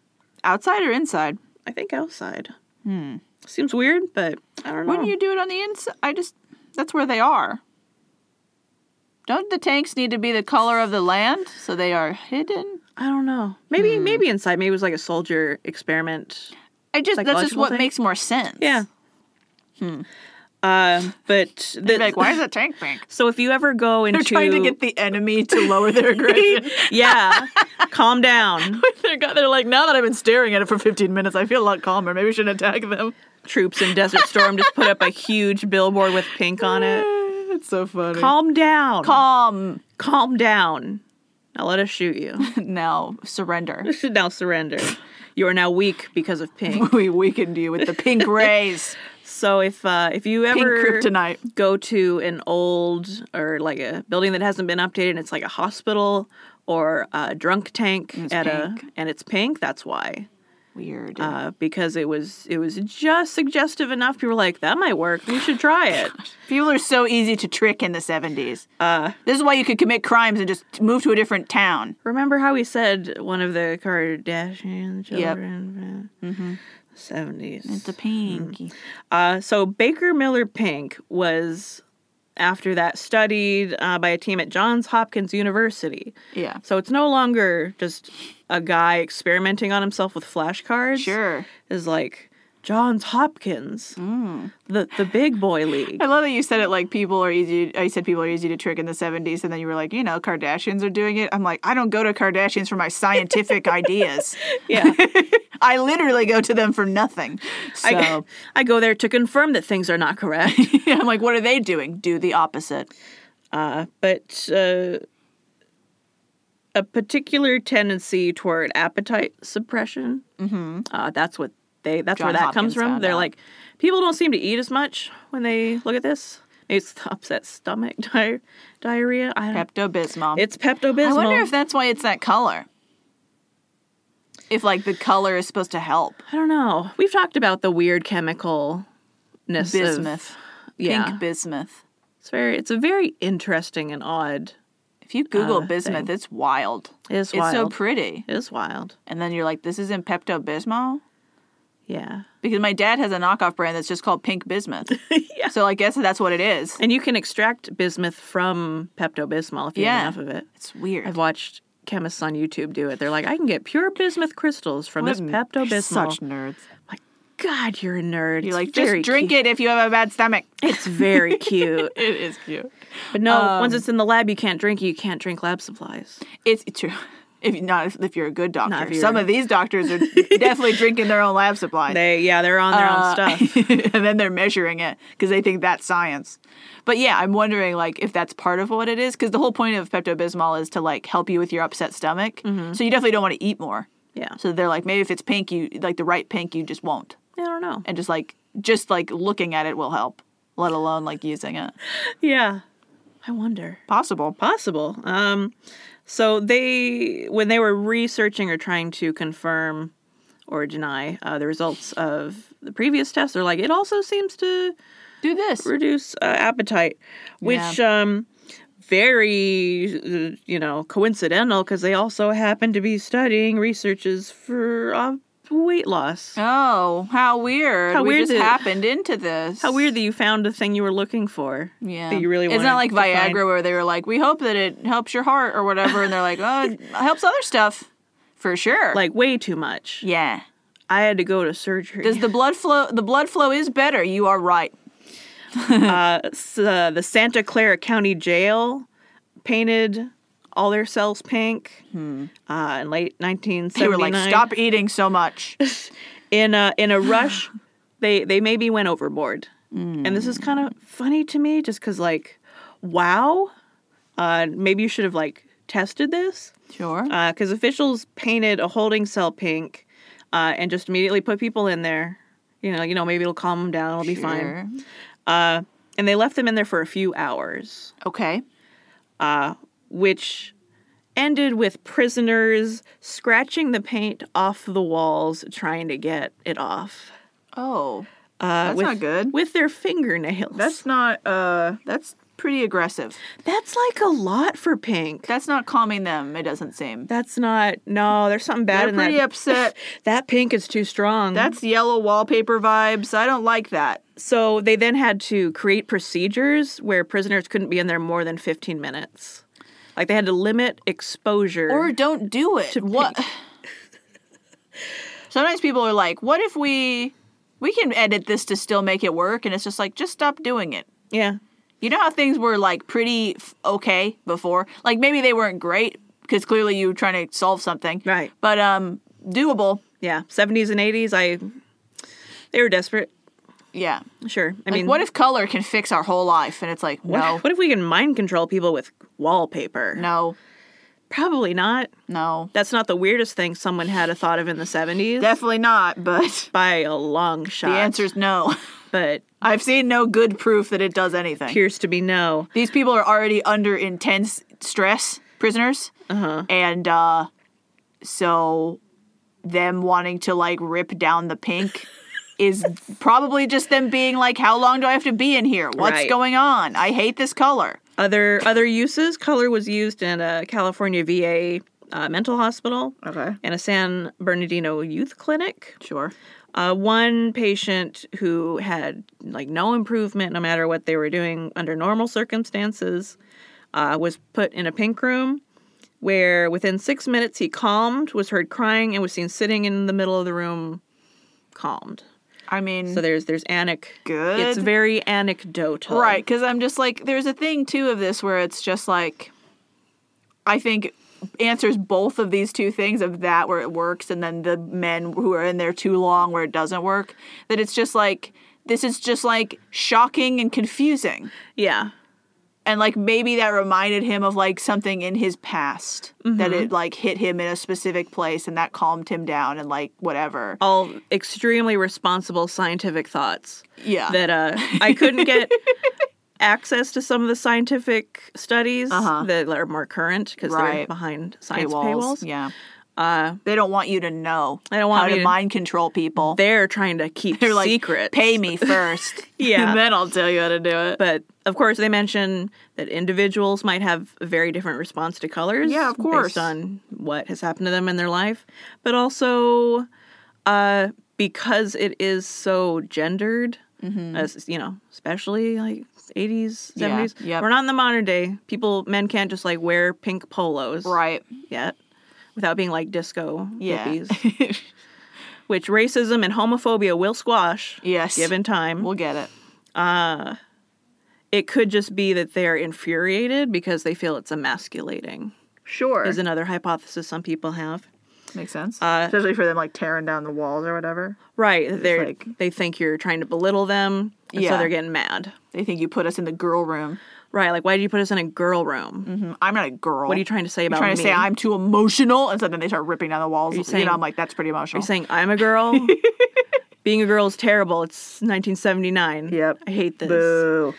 Speaker 1: Outside or inside?
Speaker 2: I think outside. Hmm. Seems weird, but I don't know.
Speaker 1: Wouldn't you do it on the inside? I just, that's where they are. Don't the tanks need to be the color of the land so they are hidden?
Speaker 2: I don't know. Maybe
Speaker 1: Hmm.
Speaker 2: maybe inside. Maybe it was like a soldier experiment.
Speaker 1: I just, that's just
Speaker 2: Psychological
Speaker 1: what
Speaker 2: thing?
Speaker 1: makes more sense.
Speaker 2: Yeah. Hmm. Uh, but the,
Speaker 1: Like, why is the tank pink?
Speaker 2: so if you ever go into
Speaker 1: They're trying to get the enemy to lower their aggression.
Speaker 2: yeah, calm down.
Speaker 1: they're, go- they're like, now that I've been staring at it for 15 minutes, I feel a lot calmer. Maybe we shouldn't attack them.
Speaker 2: Troops in Desert Storm just put up a huge billboard with pink on it.
Speaker 1: It's so funny.
Speaker 2: Calm down.
Speaker 1: Calm.
Speaker 2: calm down. Now let us shoot you.
Speaker 1: Now, surrender.
Speaker 2: now surrender. You are now weak because of pink.
Speaker 1: we weakened you with the pink rays.
Speaker 2: So if uh, if you
Speaker 1: Pink
Speaker 2: ever
Speaker 1: kryptonite.
Speaker 2: go to an old or like a building that hasn't been updated, and it's like a hospital or a drunk tank at a
Speaker 1: pink.
Speaker 2: and it's pink. That's why
Speaker 1: Weird.
Speaker 2: uh, because it was it was just suggestive enough. People were like, "That might work. We should try it."
Speaker 1: People are so easy to trick in the 70s. Uh, this is why you could commit crimes and just move to a different town.
Speaker 2: Remember how he said one of the Kardashian children? Seventies.
Speaker 1: Mm-hmm. It's a pinky.
Speaker 2: Uh, so Baker Miller Pink was, after that, studied uh, by a team at Johns Hopkins University.
Speaker 1: Yeah.
Speaker 2: So it's no longer just a guy experimenting on himself with flashcards.
Speaker 1: Sure.
Speaker 2: Is like Johns Hopkins, the the big boy league.
Speaker 1: I love that you said it like people are easy. I said people are easy to trick in the 70s, and then you were like, you know, Kardashians are doing it. I'm like, I don't go to Kardashians for my scientific ideas.
Speaker 2: Yeah.
Speaker 1: I literally go to them for nothing. So
Speaker 2: I, I go there to confirm that things are not correct.
Speaker 1: I'm like, what are they doing? Do the opposite.
Speaker 2: Uh, but uh, a particular tendency toward appetite suppression. Mm-hmm. Uh, that's what they. That's where
Speaker 1: John
Speaker 2: that
Speaker 1: Hopkins
Speaker 2: comes from.
Speaker 1: found
Speaker 2: They're
Speaker 1: out.
Speaker 2: like, people don't seem to eat as much when they look at this. Maybe it's the upset stomach di- diarrhea. I don't.
Speaker 1: Pepto Bismol.
Speaker 2: it's Pepto Bismol.
Speaker 1: I wonder if that's why it's that color. If like the color is supposed to help.
Speaker 2: I don't know. We've talked about the weird chemicalness. Of,
Speaker 1: Bismuth.
Speaker 2: yeah,
Speaker 1: Pink bismuth.
Speaker 2: it's very. It's a very interesting and odd.
Speaker 1: If you Google
Speaker 2: Uh,
Speaker 1: bismuth, it's wild.
Speaker 2: It is
Speaker 1: It's so
Speaker 2: wild.
Speaker 1: pretty.
Speaker 2: it is wild.
Speaker 1: And then you're like, this isn't Pepto Bismol?
Speaker 2: Yeah.
Speaker 1: Because my dad has a knockoff brand that's just called Pink Bismuth.
Speaker 2: yeah.
Speaker 1: so I guess that's what it is.
Speaker 2: And you can extract bismuth from Pepto Bismol if you
Speaker 1: Yeah.
Speaker 2: have enough of it.
Speaker 1: It's weird.
Speaker 2: I've watched chemists on YouTube do it. They're like, I can get pure bismuth crystals from this
Speaker 1: What-
Speaker 2: Pepto
Speaker 1: they're
Speaker 2: Bismol.
Speaker 1: Such nerds.
Speaker 2: My God, you're a nerd.
Speaker 1: You're like, just drink it if you have a bad stomach.
Speaker 2: It's very cute.
Speaker 1: It is cute.
Speaker 2: But no, once it's in the lab, you can't drink it. You can't drink lab supplies.
Speaker 1: It's true. If you- not if, if you're a good
Speaker 2: Not
Speaker 1: doctor,
Speaker 2: if you're-
Speaker 1: some of these doctors are definitely drinking their own lab supplies.
Speaker 2: They, yeah, they're on their own stuff.
Speaker 1: and then they're measuring it because they think that's science. But yeah, I'm wondering like if that's part of what it is because the whole point of Pepto Bismol is to like help you with your upset stomach.
Speaker 2: Mm-hmm.
Speaker 1: So you definitely don't want to eat more.
Speaker 2: Yeah.
Speaker 1: So they're like maybe if it's pink, you like the right pink, you just won't.
Speaker 2: I don't know.
Speaker 1: And just like just like looking at it will help, let alone like using it.
Speaker 2: Yeah. I wonder.
Speaker 1: Possible.
Speaker 2: possible. Um, so they, when they were researching or trying to confirm or deny uh, the results of the previous test, they're like, it also seems to
Speaker 1: Do this.
Speaker 2: reduce uh, appetite, which um, very, uh, you know, coincidental because they also happen to be studying researches for uh, weight loss.
Speaker 1: Oh, how weird!
Speaker 2: How
Speaker 1: we
Speaker 2: weird
Speaker 1: just
Speaker 2: that-
Speaker 1: happened into this.
Speaker 2: How weird that you found the thing you were looking for.
Speaker 1: Yeah.
Speaker 2: That you really
Speaker 1: It's not like
Speaker 2: wanted to
Speaker 1: Viagra
Speaker 2: find.
Speaker 1: where they were like, we hope that it helps your heart or whatever. And they're like, oh, it helps other stuff for sure.
Speaker 2: Like way too much.
Speaker 1: yeah.
Speaker 2: I had to go to surgery.
Speaker 1: Does the blood flow, the blood flow is better. You are right.
Speaker 2: uh, s- uh, the Santa Clara County Jail painted all their cells pink uh, in late 1979.
Speaker 1: They Hmm. were like, stop eating so much.
Speaker 2: In a, in a rush, they they maybe went overboard, and this is
Speaker 1: Mm.
Speaker 2: kind of funny to me, just because like, wow, uh, maybe you should have like tested this
Speaker 1: Sure.
Speaker 2: because officials painted a holding cell pink uh, and just immediately put people in there. You know, you know, maybe it'll calm them down. It'll be fine.
Speaker 1: Sure.
Speaker 2: Uh, and they left them in there for a few hours.
Speaker 1: Okay.
Speaker 2: uh, which ended with prisoners scratching the paint off the walls trying to get it off.
Speaker 1: Oh,
Speaker 2: Uh,
Speaker 1: That's
Speaker 2: with,
Speaker 1: not good.
Speaker 2: With their fingernails.
Speaker 1: that's not, uh, that's pretty aggressive.
Speaker 2: that's like a lot for Pink.
Speaker 1: That's not calming them, it doesn't seem.
Speaker 2: that's not. No, there's something bad
Speaker 1: They're
Speaker 2: in
Speaker 1: pretty
Speaker 2: that.
Speaker 1: upset.
Speaker 2: that pink is too strong.
Speaker 1: That's yellow wallpaper vibes. I don't like that.
Speaker 2: so they then had to create procedures where prisoners couldn't be in there more than 15 minutes. Like they had to limit exposure.
Speaker 1: or don't do it. what? Sometimes people are like, "What if we we can edit this to still make it work?" And it's just like, just stop doing it.
Speaker 2: yeah.
Speaker 1: You know how things were like pretty f- okay before? Like maybe they weren't great because clearly you were trying to solve something,
Speaker 2: Right.
Speaker 1: But um, doable.
Speaker 2: Yeah. 70s and 80s, I. They were desperate.
Speaker 1: Yeah.
Speaker 2: Sure. I
Speaker 1: Like,
Speaker 2: mean,
Speaker 1: what if color can fix our whole life? And it's like,
Speaker 2: what,
Speaker 1: no,
Speaker 2: what if we can mind control people with wallpaper?
Speaker 1: no,
Speaker 2: Probably not.
Speaker 1: no,
Speaker 2: That's not the weirdest thing someone had a thought of in the 70s
Speaker 1: definitely not. But
Speaker 2: by a long shot.
Speaker 1: the answer is no.
Speaker 2: but
Speaker 1: I've seen no good proof that it does anything.
Speaker 2: appears to be no.
Speaker 1: these people are already under intense stress prisoners uh-huh. and uh so them wanting to like rip down the pink is probably just them being like, how long do I have to be in here? What's
Speaker 2: Right.
Speaker 1: going on? I hate this color.
Speaker 2: Other other uses. Color was used in a California VA uh, mental hospital
Speaker 1: Okay.
Speaker 2: and a San Bernardino youth clinic.
Speaker 1: Sure.
Speaker 2: Uh, one patient who had like no improvement, no matter what they were doing under normal circumstances, uh, was put in a pink room where within six minutes he calmed, was heard crying, and was seen sitting in the middle of the room, calmed.
Speaker 1: I mean,
Speaker 2: So there's there's anic.
Speaker 1: Mm-hmm. good.
Speaker 2: It's very anecdotal,
Speaker 1: Right, because I'm just like, there's a thing too of this where it's just like, I think answers both of these two things of that where it works and then the men who are in there too long where it doesn't work. That it's just like, this is just like shocking and confusing.
Speaker 2: Yeah.
Speaker 1: And like maybe that reminded him of like something in his past
Speaker 2: Mm-hmm.
Speaker 1: that it like hit him in a specific place and that calmed him down and like whatever.
Speaker 2: All extremely responsible scientific thoughts.
Speaker 1: Yeah.
Speaker 2: that uh, I couldn't get access to some of the scientific studies
Speaker 1: Uh-huh.
Speaker 2: that are more current because they're
Speaker 1: Right.
Speaker 2: behind science
Speaker 1: paywalls.
Speaker 2: paywalls. Uh,
Speaker 1: Yeah. they don't want you to know.
Speaker 2: They don't want
Speaker 1: how
Speaker 2: me
Speaker 1: to
Speaker 2: to-
Speaker 1: mind control people.
Speaker 2: They're trying to keep
Speaker 1: They're like,
Speaker 2: secrets.
Speaker 1: pay me first.
Speaker 2: Yeah.
Speaker 1: And then I'll tell you how to do it.
Speaker 2: But of course, they mention that individuals might have a very different response to colors.
Speaker 1: Yeah, of course.
Speaker 2: Based on what has happened to them in their life. But also, uh, because it is so gendered,
Speaker 1: Mm-hmm.
Speaker 2: as, you know, especially like 80s, 70s,
Speaker 1: yep.
Speaker 2: we're not in the modern day. People, men can't just like wear pink polos
Speaker 1: right.
Speaker 2: yet without being like disco
Speaker 1: Yeah.
Speaker 2: hippies, which racism and homophobia will squash
Speaker 1: yes.
Speaker 2: given time.
Speaker 1: We'll get it.
Speaker 2: it could just be that they're infuriated because they feel it's emasculating
Speaker 1: Sure.
Speaker 2: is another hypothesis some people have
Speaker 1: Makes sense. Especially for them like tearing down the walls or whatever.
Speaker 2: right they
Speaker 1: like-
Speaker 2: they think you're trying to belittle them and so
Speaker 1: Yeah.
Speaker 2: they're getting mad
Speaker 1: They think you put us in the girl room.
Speaker 2: right like why did you put us in a girl room
Speaker 1: Mm, I'm not a girl.
Speaker 2: what are you trying to say about
Speaker 1: trying
Speaker 2: me
Speaker 1: to say? I'm too emotional, and so then they start ripping down the walls. You,
Speaker 2: saying-
Speaker 1: know, I'm like, that's pretty emotional.
Speaker 2: You're saying i'm a girl being a girl is terrible it's 1979 i hate this
Speaker 1: Boo.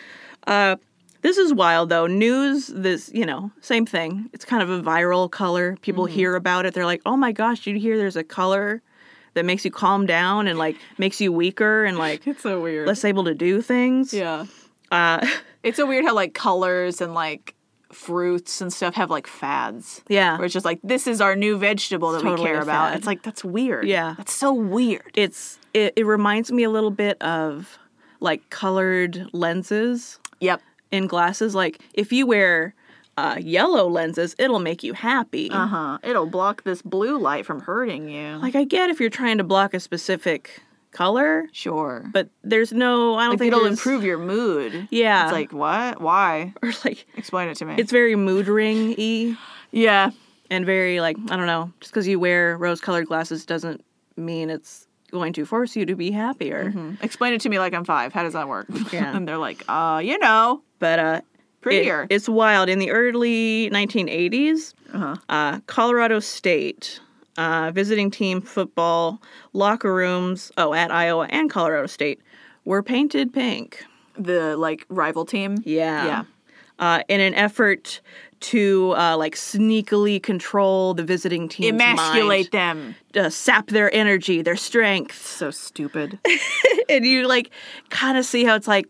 Speaker 2: This is wild though. News, this, you know, same thing. It's kind of a viral color. People
Speaker 1: Mm-hmm.
Speaker 2: hear about it. They're like, oh my gosh, you hear there's a color that makes you calm down and like makes you weaker and like
Speaker 1: It's so weird.
Speaker 2: less able to do things.
Speaker 1: yeah.
Speaker 2: Uh,
Speaker 1: It's so weird how like colors and like fruits and stuff have like fads.
Speaker 2: yeah.
Speaker 1: Where it's just like this is our new vegetable that
Speaker 2: It's
Speaker 1: we
Speaker 2: totally
Speaker 1: care
Speaker 2: a
Speaker 1: about.
Speaker 2: fad.
Speaker 1: It's like that's weird.
Speaker 2: Yeah.
Speaker 1: That's so weird.
Speaker 2: It's, it, it reminds me a little bit of like colored lenses
Speaker 1: Yep.
Speaker 2: in glasses. Like if you wear uh, yellow lenses, it'll make you happy.
Speaker 1: Uh huh. It'll block this blue light from hurting you.
Speaker 2: Like I get if you're trying to block a specific color,
Speaker 1: sure.
Speaker 2: but there's no, I don't
Speaker 1: like
Speaker 2: think
Speaker 1: it'll
Speaker 2: there's-
Speaker 1: improve your mood.
Speaker 2: Yeah.
Speaker 1: It's like what? Why?
Speaker 2: or like
Speaker 1: Explain it to me.
Speaker 2: it's very mood ring y
Speaker 1: yeah.
Speaker 2: and very like I don't know, just because you wear rose colored glasses doesn't mean it's going to force you to be happier.
Speaker 1: Mm. Explain it to me like I'm five. How does that work?
Speaker 2: Yeah.
Speaker 1: and they're like, uh, you know,
Speaker 2: But uh, it-
Speaker 1: prettier.
Speaker 2: it's wild. In the early 1980s,
Speaker 1: Uh-huh.
Speaker 2: uh, Colorado State uh, visiting team football locker rooms, oh, at Iowa and Colorado State, were painted pink.
Speaker 1: the like rival team.
Speaker 2: Yeah.
Speaker 1: Yeah.
Speaker 2: Uh, in an effort to uh, like sneakily control the visiting team's mind.
Speaker 1: Emasculate them.
Speaker 2: uh, sap their energy, their strength.
Speaker 1: So stupid.
Speaker 2: And you like kind of see how it's like,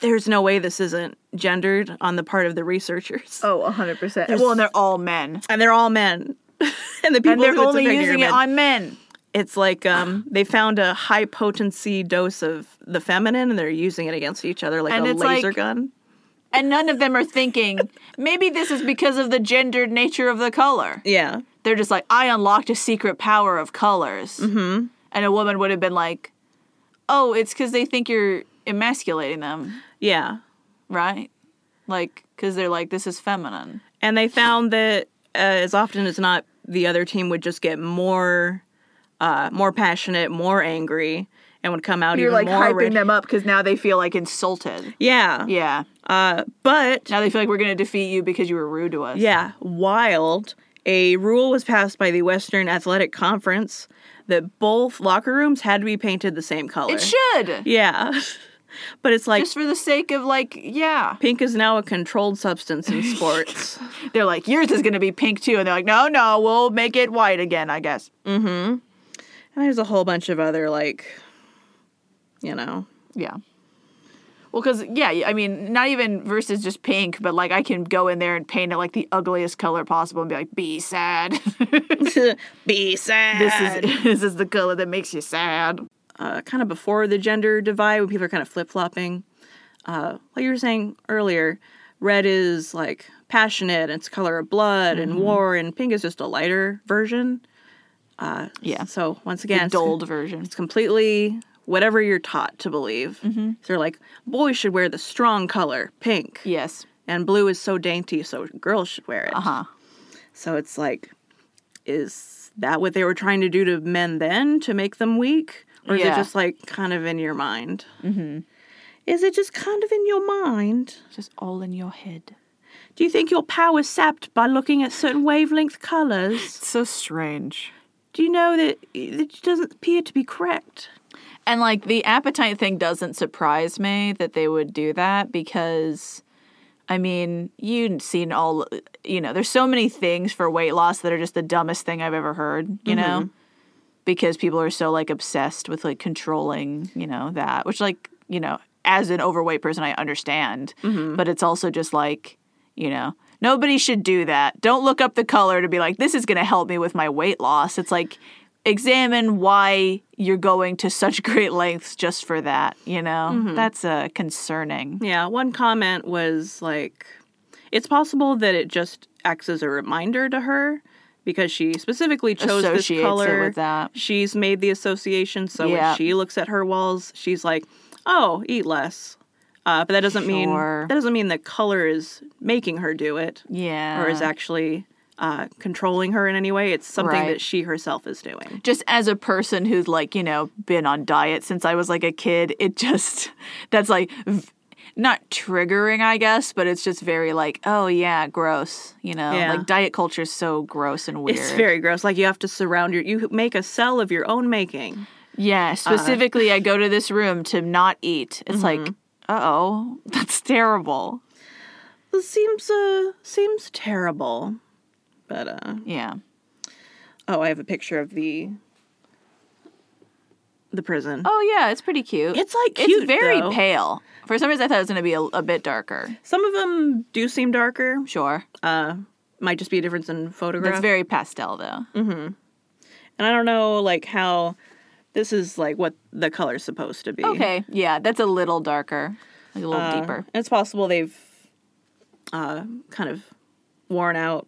Speaker 2: there's no way this isn't gendered on the part of the researchers.
Speaker 1: Oh, 100%. Well, and they're all men.
Speaker 2: And they're all men. and the people
Speaker 1: and they're
Speaker 2: who it's
Speaker 1: only
Speaker 2: affecting are
Speaker 1: using it
Speaker 2: men.
Speaker 1: on men.
Speaker 2: It's like um, they found a high potency dose of the feminine and they're using it against each other like
Speaker 1: And
Speaker 2: a
Speaker 1: it's
Speaker 2: laser
Speaker 1: like-
Speaker 2: gun.
Speaker 1: And none of them are thinking, maybe this is because of the gendered nature of the color.
Speaker 2: Yeah.
Speaker 1: They're just like, I unlocked a secret power of colors. Mm-hmm. And a woman would have been like, oh, it's because they think you're emasculating them,
Speaker 2: Yeah.
Speaker 1: right? Like, because they're like, this is feminine.
Speaker 2: And they found that uh, as often as not, the other team would just get more, uh, more passionate, more angry, and would come out even more ra-
Speaker 1: them up because now they feel like insulted.
Speaker 2: Yeah.
Speaker 1: Yeah.
Speaker 2: Uh, but
Speaker 1: Now they feel like we're going to defeat you because you were rude to us.
Speaker 2: yeah, wild. A rule was passed by the Western Athletic Conference that both locker rooms had to be painted the same color.
Speaker 1: It should.
Speaker 2: yeah. But it's like
Speaker 1: Just for the sake of like, yeah.
Speaker 2: pink is now a controlled substance in sports.
Speaker 1: They're like, yours is gonna be pink too, and they're like, no, no, we'll make it white again, I guess.
Speaker 2: and there's a whole bunch of other like you know.
Speaker 1: Yeah. Well, because yeah, I mean, not even versus just pink, but like I can go in there and paint it like the ugliest color possible and be like, be sad.
Speaker 2: Be sad.
Speaker 1: this is this is the color that makes you sad.
Speaker 2: uh, kind of before the gender divide when people are kind of flip flopping. Uh, like you were saying earlier, red is like passionate, and it's color of blood and
Speaker 1: Mm-hmm.
Speaker 2: war, and pink is just a lighter version. Uh,
Speaker 1: Yeah,
Speaker 2: So once again, it's-
Speaker 1: dulled version.
Speaker 2: it's completely whatever you're taught to believe.
Speaker 1: Mm-hmm.
Speaker 2: So they're like, boys should wear the strong color, pink,
Speaker 1: Yes.
Speaker 2: and blue is so dainty, so girls should wear it.
Speaker 1: Uh huh.
Speaker 2: So it's like, is that what they were trying to do to men then to make them weak? Or is
Speaker 1: Yeah.
Speaker 2: it just like kind of in your mind? Mm-hmm. Is it just kind of in your mind?
Speaker 1: Just all in your head.
Speaker 2: Do you think your power is sapped by looking at certain wavelength colors?
Speaker 1: So strange.
Speaker 2: Do you know that it doesn't appear to be correct?
Speaker 1: And like the appetite thing doesn't surprise me that they would do that because I mean, you've seen all you know, there's so many things for weight loss that are just the dumbest thing I've ever heard, you
Speaker 2: Mm-hmm.
Speaker 1: know? Because people are so like obsessed with like controlling, you know, that, which like, you know, as an overweight person I understand,
Speaker 2: Mm-hmm.
Speaker 1: but it's also just like, you know, nobody should do that. Don't look up the color to be like this is going to help me with my weight loss. It's like examine why you're going to such great lengths just for that, you know? That's uh concerning.
Speaker 2: Mm-hmm. Yeah, one comment was like, it's possible that it just acts as a reminder to her because she specifically chose
Speaker 1: Associates
Speaker 2: this
Speaker 1: it
Speaker 2: color.
Speaker 1: with that.
Speaker 2: She's made the association, so
Speaker 1: Yeah.
Speaker 2: when she looks at her walls, she's like, "Oh, eat less." Uh, but that doesn't mean
Speaker 1: Sure.
Speaker 2: that doesn't mean the color is making her do it
Speaker 1: Yeah.
Speaker 2: or is actually uh, controlling her in any way. It's something
Speaker 1: Right.
Speaker 2: that she herself is doing.
Speaker 1: just as a person who's like you know been on diet since i was like a kid it just that's like v- not triggering i guess but it's just very like oh yeah gross you know
Speaker 2: Yeah.
Speaker 1: like diet culture is so gross and weird
Speaker 2: It's very gross. Like you have to surround your you make a cell of your own making. uh-huh.
Speaker 1: yeah specifically i go to this room to not eat it's
Speaker 2: Mm-hmm.
Speaker 1: like uh-oh that's terrible
Speaker 2: This seems uh seems terrible. But uh
Speaker 1: yeah
Speaker 2: oh, I have a picture of the the prison.
Speaker 1: oh yeah it's pretty cute
Speaker 2: It's like
Speaker 1: it's
Speaker 2: cute,
Speaker 1: very
Speaker 2: though.
Speaker 1: pale for some reason i thought it was going to be a, a bit darker
Speaker 2: Some of them do seem darker.
Speaker 1: sure
Speaker 2: Uh might just be a difference in photograph.
Speaker 1: that's very pastel though
Speaker 2: and I don't know like how this is like what the color's supposed to be.
Speaker 1: okay yeah that's a little darker like a little
Speaker 2: Uh,
Speaker 1: deeper
Speaker 2: It's possible they've uh kind of worn out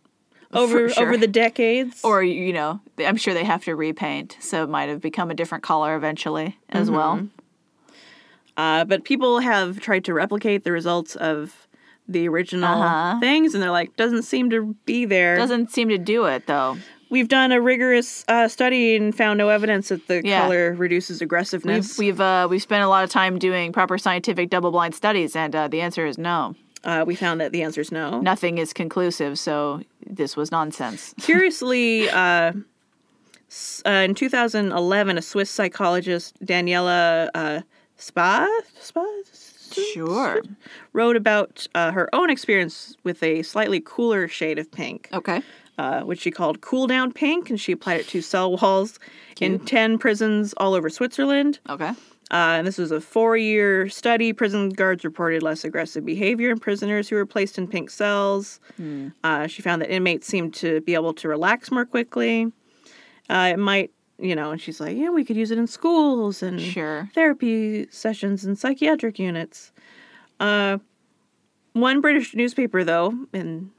Speaker 2: over
Speaker 1: sure.
Speaker 2: over the decades.
Speaker 1: or you know they- i'm sure they have to repaint so it might have become a different color eventually as well
Speaker 2: Uh, but people have tried to replicate the results of the original
Speaker 1: Uh-huh.
Speaker 2: things, and they're like, doesn't seem to be there.
Speaker 1: doesn't seem to do it though
Speaker 2: We've done a rigorous uh, study and found no evidence that the
Speaker 1: Yeah.
Speaker 2: color reduces aggressiveness.
Speaker 1: we've we've, uh, we've spent a lot of time doing proper scientific double-blind studies and uh, the answer is no
Speaker 2: uh, we found that the answer is no.
Speaker 1: nothing is conclusive so this was nonsense
Speaker 2: Curiously, uh, s- uh, in 2011, a Swiss psychologist, Daniela uh, Spa, Spa?
Speaker 1: sure
Speaker 2: wrote about uh, her own experience with a slightly cooler shade of pink.
Speaker 1: okay
Speaker 2: uh, which she called Cool Down Pink, and she applied it to cell walls in 10 prisons all over Switzerland.
Speaker 1: okay
Speaker 2: Uh, and this was a four year study. Prison guards reported less aggressive behavior in prisoners who were placed in pink cells. Uh, she found that inmates seemed to be able to relax more quickly. Uh, it might, you know, and she's like, yeah, we could use it in schools and
Speaker 1: sure
Speaker 2: therapy sessions and psychiatric units. Uh, one British newspaper, though, and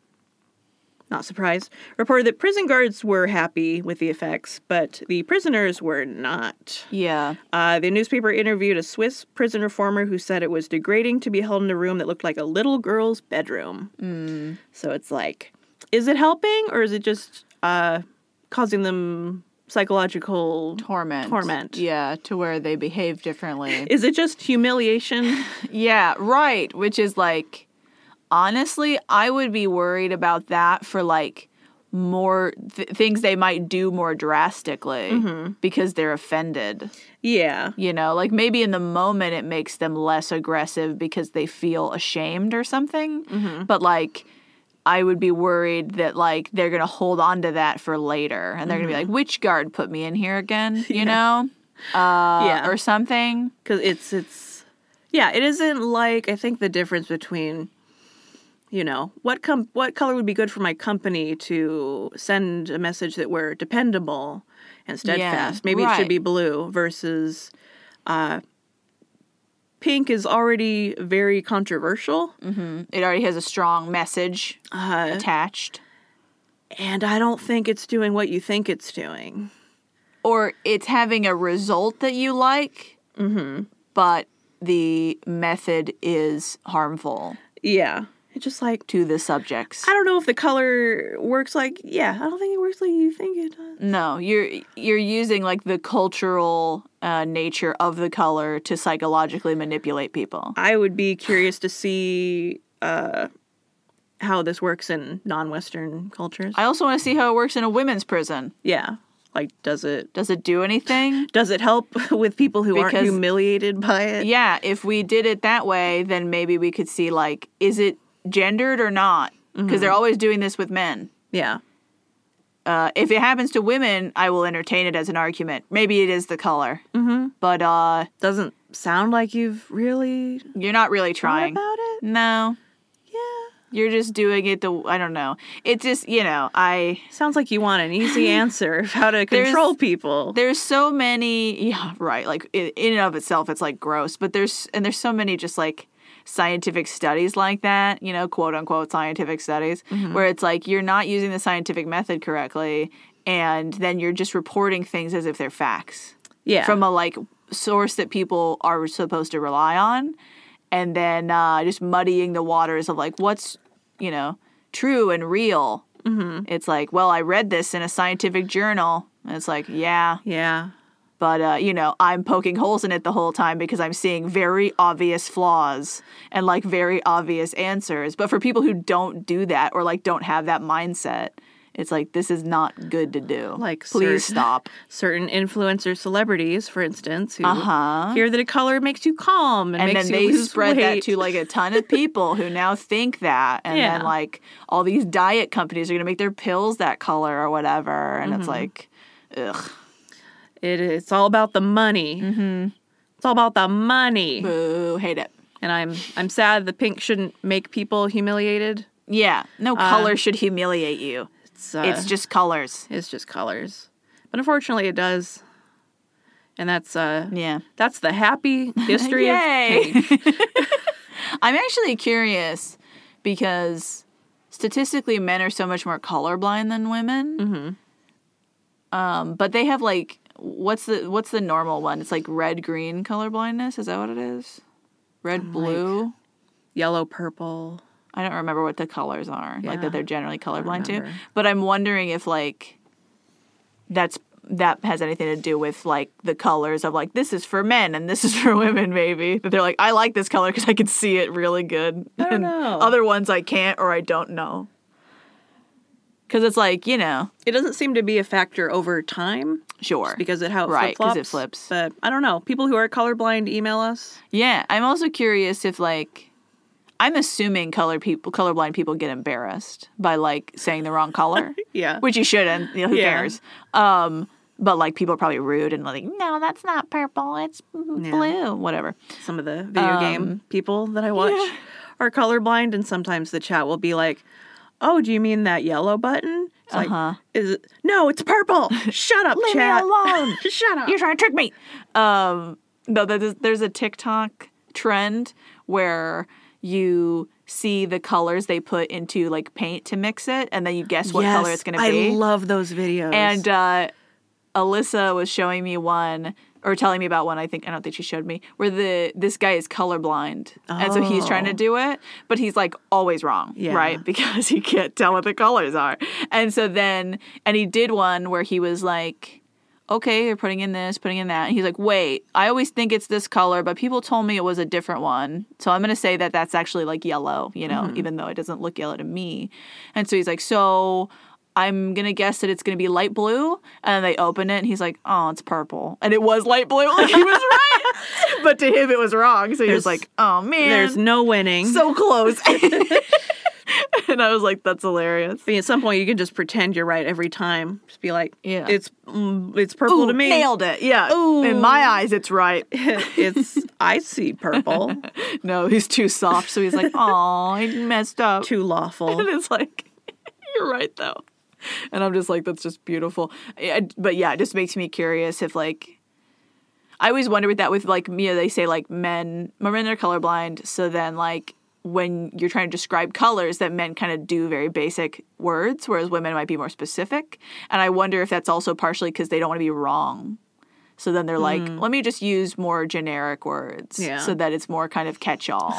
Speaker 2: not surprised, reported that prison guards were happy with the effects, but the prisoners were not.
Speaker 1: yeah
Speaker 2: Uh, the newspaper interviewed a Swiss prison reformer who said it was degrading to be held in a room that looked like a little girl's bedroom.
Speaker 1: Mm.
Speaker 2: So it's like, is it helping or is it just uh, causing them psychological
Speaker 1: torment
Speaker 2: Torment.
Speaker 1: yeah to where they behave differently
Speaker 2: Is it just humiliation?
Speaker 1: Yeah, right. Which is like, honestly, I would be worried about that for like more th- things they might do more drastically because they're offended.
Speaker 2: Yeah.
Speaker 1: You know, like maybe in the moment it makes them less aggressive because they feel ashamed or something. But like, I would be worried that like they're gonna hold on to that for later, and they're gonna be like, "Which guard put me in here again?" You know, uh,
Speaker 2: Yeah.
Speaker 1: or something.
Speaker 2: because it's it's yeah it isn't like i think the difference between you know what com- what color would be good for my company to send a message that we're dependable and steadfast maybe it
Speaker 1: right.
Speaker 2: should be blue versus uh pink is already very controversial
Speaker 1: It already has a strong message
Speaker 2: uh,
Speaker 1: attached,
Speaker 2: and i don't think it's doing what you think it's doing
Speaker 1: or it's having a result that you like, but the method is harmful
Speaker 2: yeah it's just like
Speaker 1: to the subjects.
Speaker 2: i don't know if the color works like yeah i don't think it works like you think it does
Speaker 1: No, you're you're using like the cultural uh, nature of the color to psychologically manipulate people.
Speaker 2: I would be curious to see uh, how this works in non-Western cultures.
Speaker 1: I also want to see how it works in a women's prison.
Speaker 2: yeah, like does it
Speaker 1: Does it do anything?
Speaker 2: does it help with people who aren't
Speaker 1: Because-
Speaker 2: humiliated by it?
Speaker 1: yeah, if we did it that way, then maybe we could see like is it gendered or not? Because they're always doing this with men.
Speaker 2: Yeah,
Speaker 1: Uh, if it happens to women, I will entertain it as an argument. Maybe it is the color, mm-hmm. but uh,
Speaker 2: doesn't sound like you've really thought
Speaker 1: you're not really trying.
Speaker 2: about it.
Speaker 1: No,
Speaker 2: Yeah,
Speaker 1: you're just doing it to I don't know. It's just you know I.
Speaker 2: sounds like you want an easy answer of how to control people.
Speaker 1: there's so many yeah right like in, in and of itself it's like gross but there's and there's so many just like scientific studies like that you know quote unquote scientific studies where it's like you're not using the scientific method correctly and then you're just reporting things as if they're facts
Speaker 2: yeah,
Speaker 1: from a like source that people are supposed to rely on and then uh, just muddying the waters of like what's you know true and real mm-hmm. it's like well i read this in a scientific journal and it's like yeah
Speaker 2: yeah,
Speaker 1: but uh, you know i'm poking holes in it the whole time because i'm seeing very obvious flaws and like very obvious answers but for people who don't do that or like don't have that mindset it's like this is not good to do
Speaker 2: Like,
Speaker 1: please
Speaker 2: sir-
Speaker 1: stop
Speaker 2: certain influencer celebrities, for instance, who
Speaker 1: Uh-huh.
Speaker 2: hear that a color makes you calm and,
Speaker 1: and
Speaker 2: makes
Speaker 1: then
Speaker 2: you
Speaker 1: they
Speaker 2: lose
Speaker 1: spread that
Speaker 2: weight.
Speaker 1: to like a ton of people who now think that and
Speaker 2: Yeah.
Speaker 1: then like all these diet companies are going to make their pills that color or whatever and
Speaker 2: Mm-hmm.
Speaker 1: it's like ugh
Speaker 2: It is. It's all about the money. Mm-hmm. It's all about the money.
Speaker 1: boo hate it
Speaker 2: And I'm I'm sad the pink shouldn't make people humiliated.
Speaker 1: yeah no color should humiliate you
Speaker 2: It's uh,
Speaker 1: it's just colors
Speaker 2: it's just colors, but unfortunately it does. And that's uh
Speaker 1: yeah
Speaker 2: that's the happy history of
Speaker 1: Yay.
Speaker 2: pink.
Speaker 1: i'm actually curious because statistically men are so much more colorblind than women mm-hmm. um, but they have like what's the what's the normal one it's like red green colorblindness is that what it is red blue
Speaker 2: yellow, purple.
Speaker 1: I don't remember what the colors are, like
Speaker 2: Yeah.
Speaker 1: that they're generally colorblind to.
Speaker 2: remember.
Speaker 1: But I'm wondering if like that's that has anything to do with like the colors of like this is for men and this is for women maybe that they're like I like this color because I can see it really good.
Speaker 2: I don't
Speaker 1: and
Speaker 2: know.
Speaker 1: Other ones I can't or I don't know. Because it's like you know
Speaker 2: It doesn't seem to be a factor over time
Speaker 1: sure
Speaker 2: because of how it
Speaker 1: Right, 'cause
Speaker 2: flip
Speaker 1: it flips.
Speaker 2: But I don't know. People who are colorblind email us.
Speaker 1: yeah I'm also curious if like. I'm assuming color people, colorblind people get embarrassed by like saying the wrong color.
Speaker 2: Yeah.
Speaker 1: which you shouldn't. You know, who
Speaker 2: Yeah.
Speaker 1: cares? Um, but like people are probably rude and like, no, that's not purple. It's blue. Whatever.
Speaker 2: some of the video
Speaker 1: Um,
Speaker 2: game people that I watch are colorblind, and sometimes the chat will be like, "Oh, do you mean that yellow button?" It's
Speaker 1: Uh-huh.
Speaker 2: like, "Is it, no, it's purple." Shut up,
Speaker 1: Leave
Speaker 2: chat.
Speaker 1: me alone.
Speaker 2: Shut up.
Speaker 1: You're trying to trick me. Um, no, there's, there's a TikTok trend where you see the colors they put into like paint to mix it, and then you guess what color
Speaker 2: Yes,
Speaker 1: it's going to
Speaker 2: I
Speaker 1: be.
Speaker 2: love those videos.
Speaker 1: And uh, Alyssa was showing me one or telling me about one. I think I don't think she showed me where the this guy is colorblind, and so he's trying to do it, but he's like always wrong,
Speaker 2: Yeah.
Speaker 1: right? Because he can't tell what the colors are. And so then, and he did one where he was like. Okay, they're putting in this, putting in that. And he's like, wait, I always think it's this color, but people told me it was a different one. So I'm going to say that Mm-hmm. that's actually like yellow, you know, even though it doesn't look yellow to me. And so he's like, so I'm gonna guess that it's gonna be light blue, and they open it, and he's like, "Oh, it's purple," and it was light blue. Like he was right, but to him it was wrong. So he was
Speaker 2: There's-
Speaker 1: like, "Oh man,
Speaker 2: There's no winning.
Speaker 1: so close." and I was like, "That's hilarious."
Speaker 2: I mean, at some point, you can just pretend you're right every time. Just be like,
Speaker 1: Yeah.
Speaker 2: it's mm, it's purple
Speaker 1: Ooh,
Speaker 2: to me.
Speaker 1: Nailed it. Yeah.
Speaker 2: Ooh.
Speaker 1: In my eyes, it's right.
Speaker 2: it's I see purple.
Speaker 1: No, he's too soft, so he's like, "Oh, I messed up."
Speaker 2: Too lawful.
Speaker 1: and it's like, "You're right, though." And I'm just like, "That's just beautiful." I- I- but yeah, it just makes me curious if like. I always wonder with that with like you know they say like men men are colorblind so then like when you're trying to describe colors that men kind of do very basic words whereas women might be more specific and I wonder if that's also partially because they don't want to be wrong so then they're like let me just use more generic words
Speaker 2: Mm. Yeah.
Speaker 1: so that it's more kind of catch all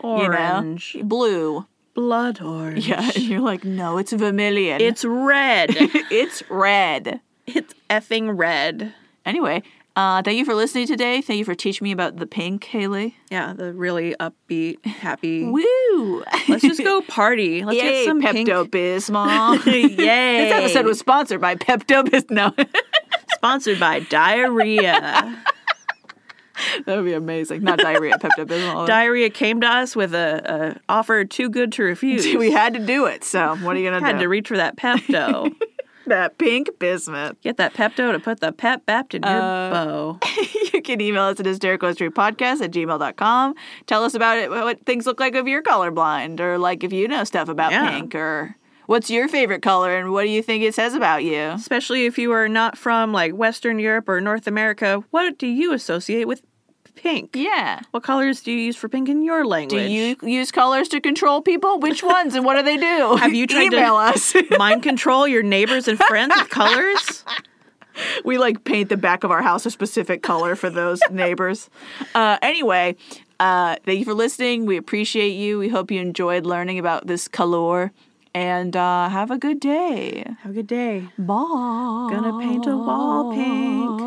Speaker 2: Orange.
Speaker 1: you know blue
Speaker 2: Blood orange.
Speaker 1: yeah, and you're like, no, it's vermilion.
Speaker 2: It's red.
Speaker 1: it's red.
Speaker 2: it's effing red.
Speaker 1: Anyway, uh, thank you for listening today. Thank you for teaching me about the pink, Haley.
Speaker 2: Yeah, the really upbeat, happy.
Speaker 1: Woo!
Speaker 2: Let's just go party. Let's
Speaker 1: Yay,
Speaker 2: get some pink-
Speaker 1: Pepto Bismol.
Speaker 2: Yay!
Speaker 1: this episode was sponsored by Pepto Bismol. No,
Speaker 2: sponsored by diarrhea.
Speaker 1: that would be amazing. Not diarrhea, Pepto Bismol.
Speaker 2: diarrhea came to us with a, a offer too good to refuse.
Speaker 1: we had to do it. So what are you gonna
Speaker 2: had to
Speaker 1: do?
Speaker 2: reach for that Pepto.
Speaker 1: that pink bismuth.
Speaker 2: Get that Pepto to put the pep bap in your bow.
Speaker 1: you can email us at hystericalhistorypodcast at gmail.com. Tell us about it, what- what things look like if you're colorblind or like if you know stuff about
Speaker 2: Yeah.
Speaker 1: pink or what's your favorite color and what do you think it says about you?
Speaker 2: Especially if you are not from like Western Europe or North America, what do you associate with pink?
Speaker 1: Yeah.
Speaker 2: What colors do you use for pink in your
Speaker 1: Do
Speaker 2: language?
Speaker 1: you use colors to control people? Which ones and what do they do?
Speaker 2: Have you tried to-
Speaker 1: email us?
Speaker 2: mind control your neighbors and friends with colors?
Speaker 1: we like paint the back of our house a specific color for those neighbors. Uh, anyway, uh, thank you for listening. We appreciate you. We hope you enjoyed learning about this color and uh, have a good day.
Speaker 2: Have a good day.
Speaker 1: Bye.
Speaker 2: Gonna paint a wall pink.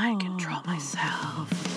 Speaker 2: I control myself.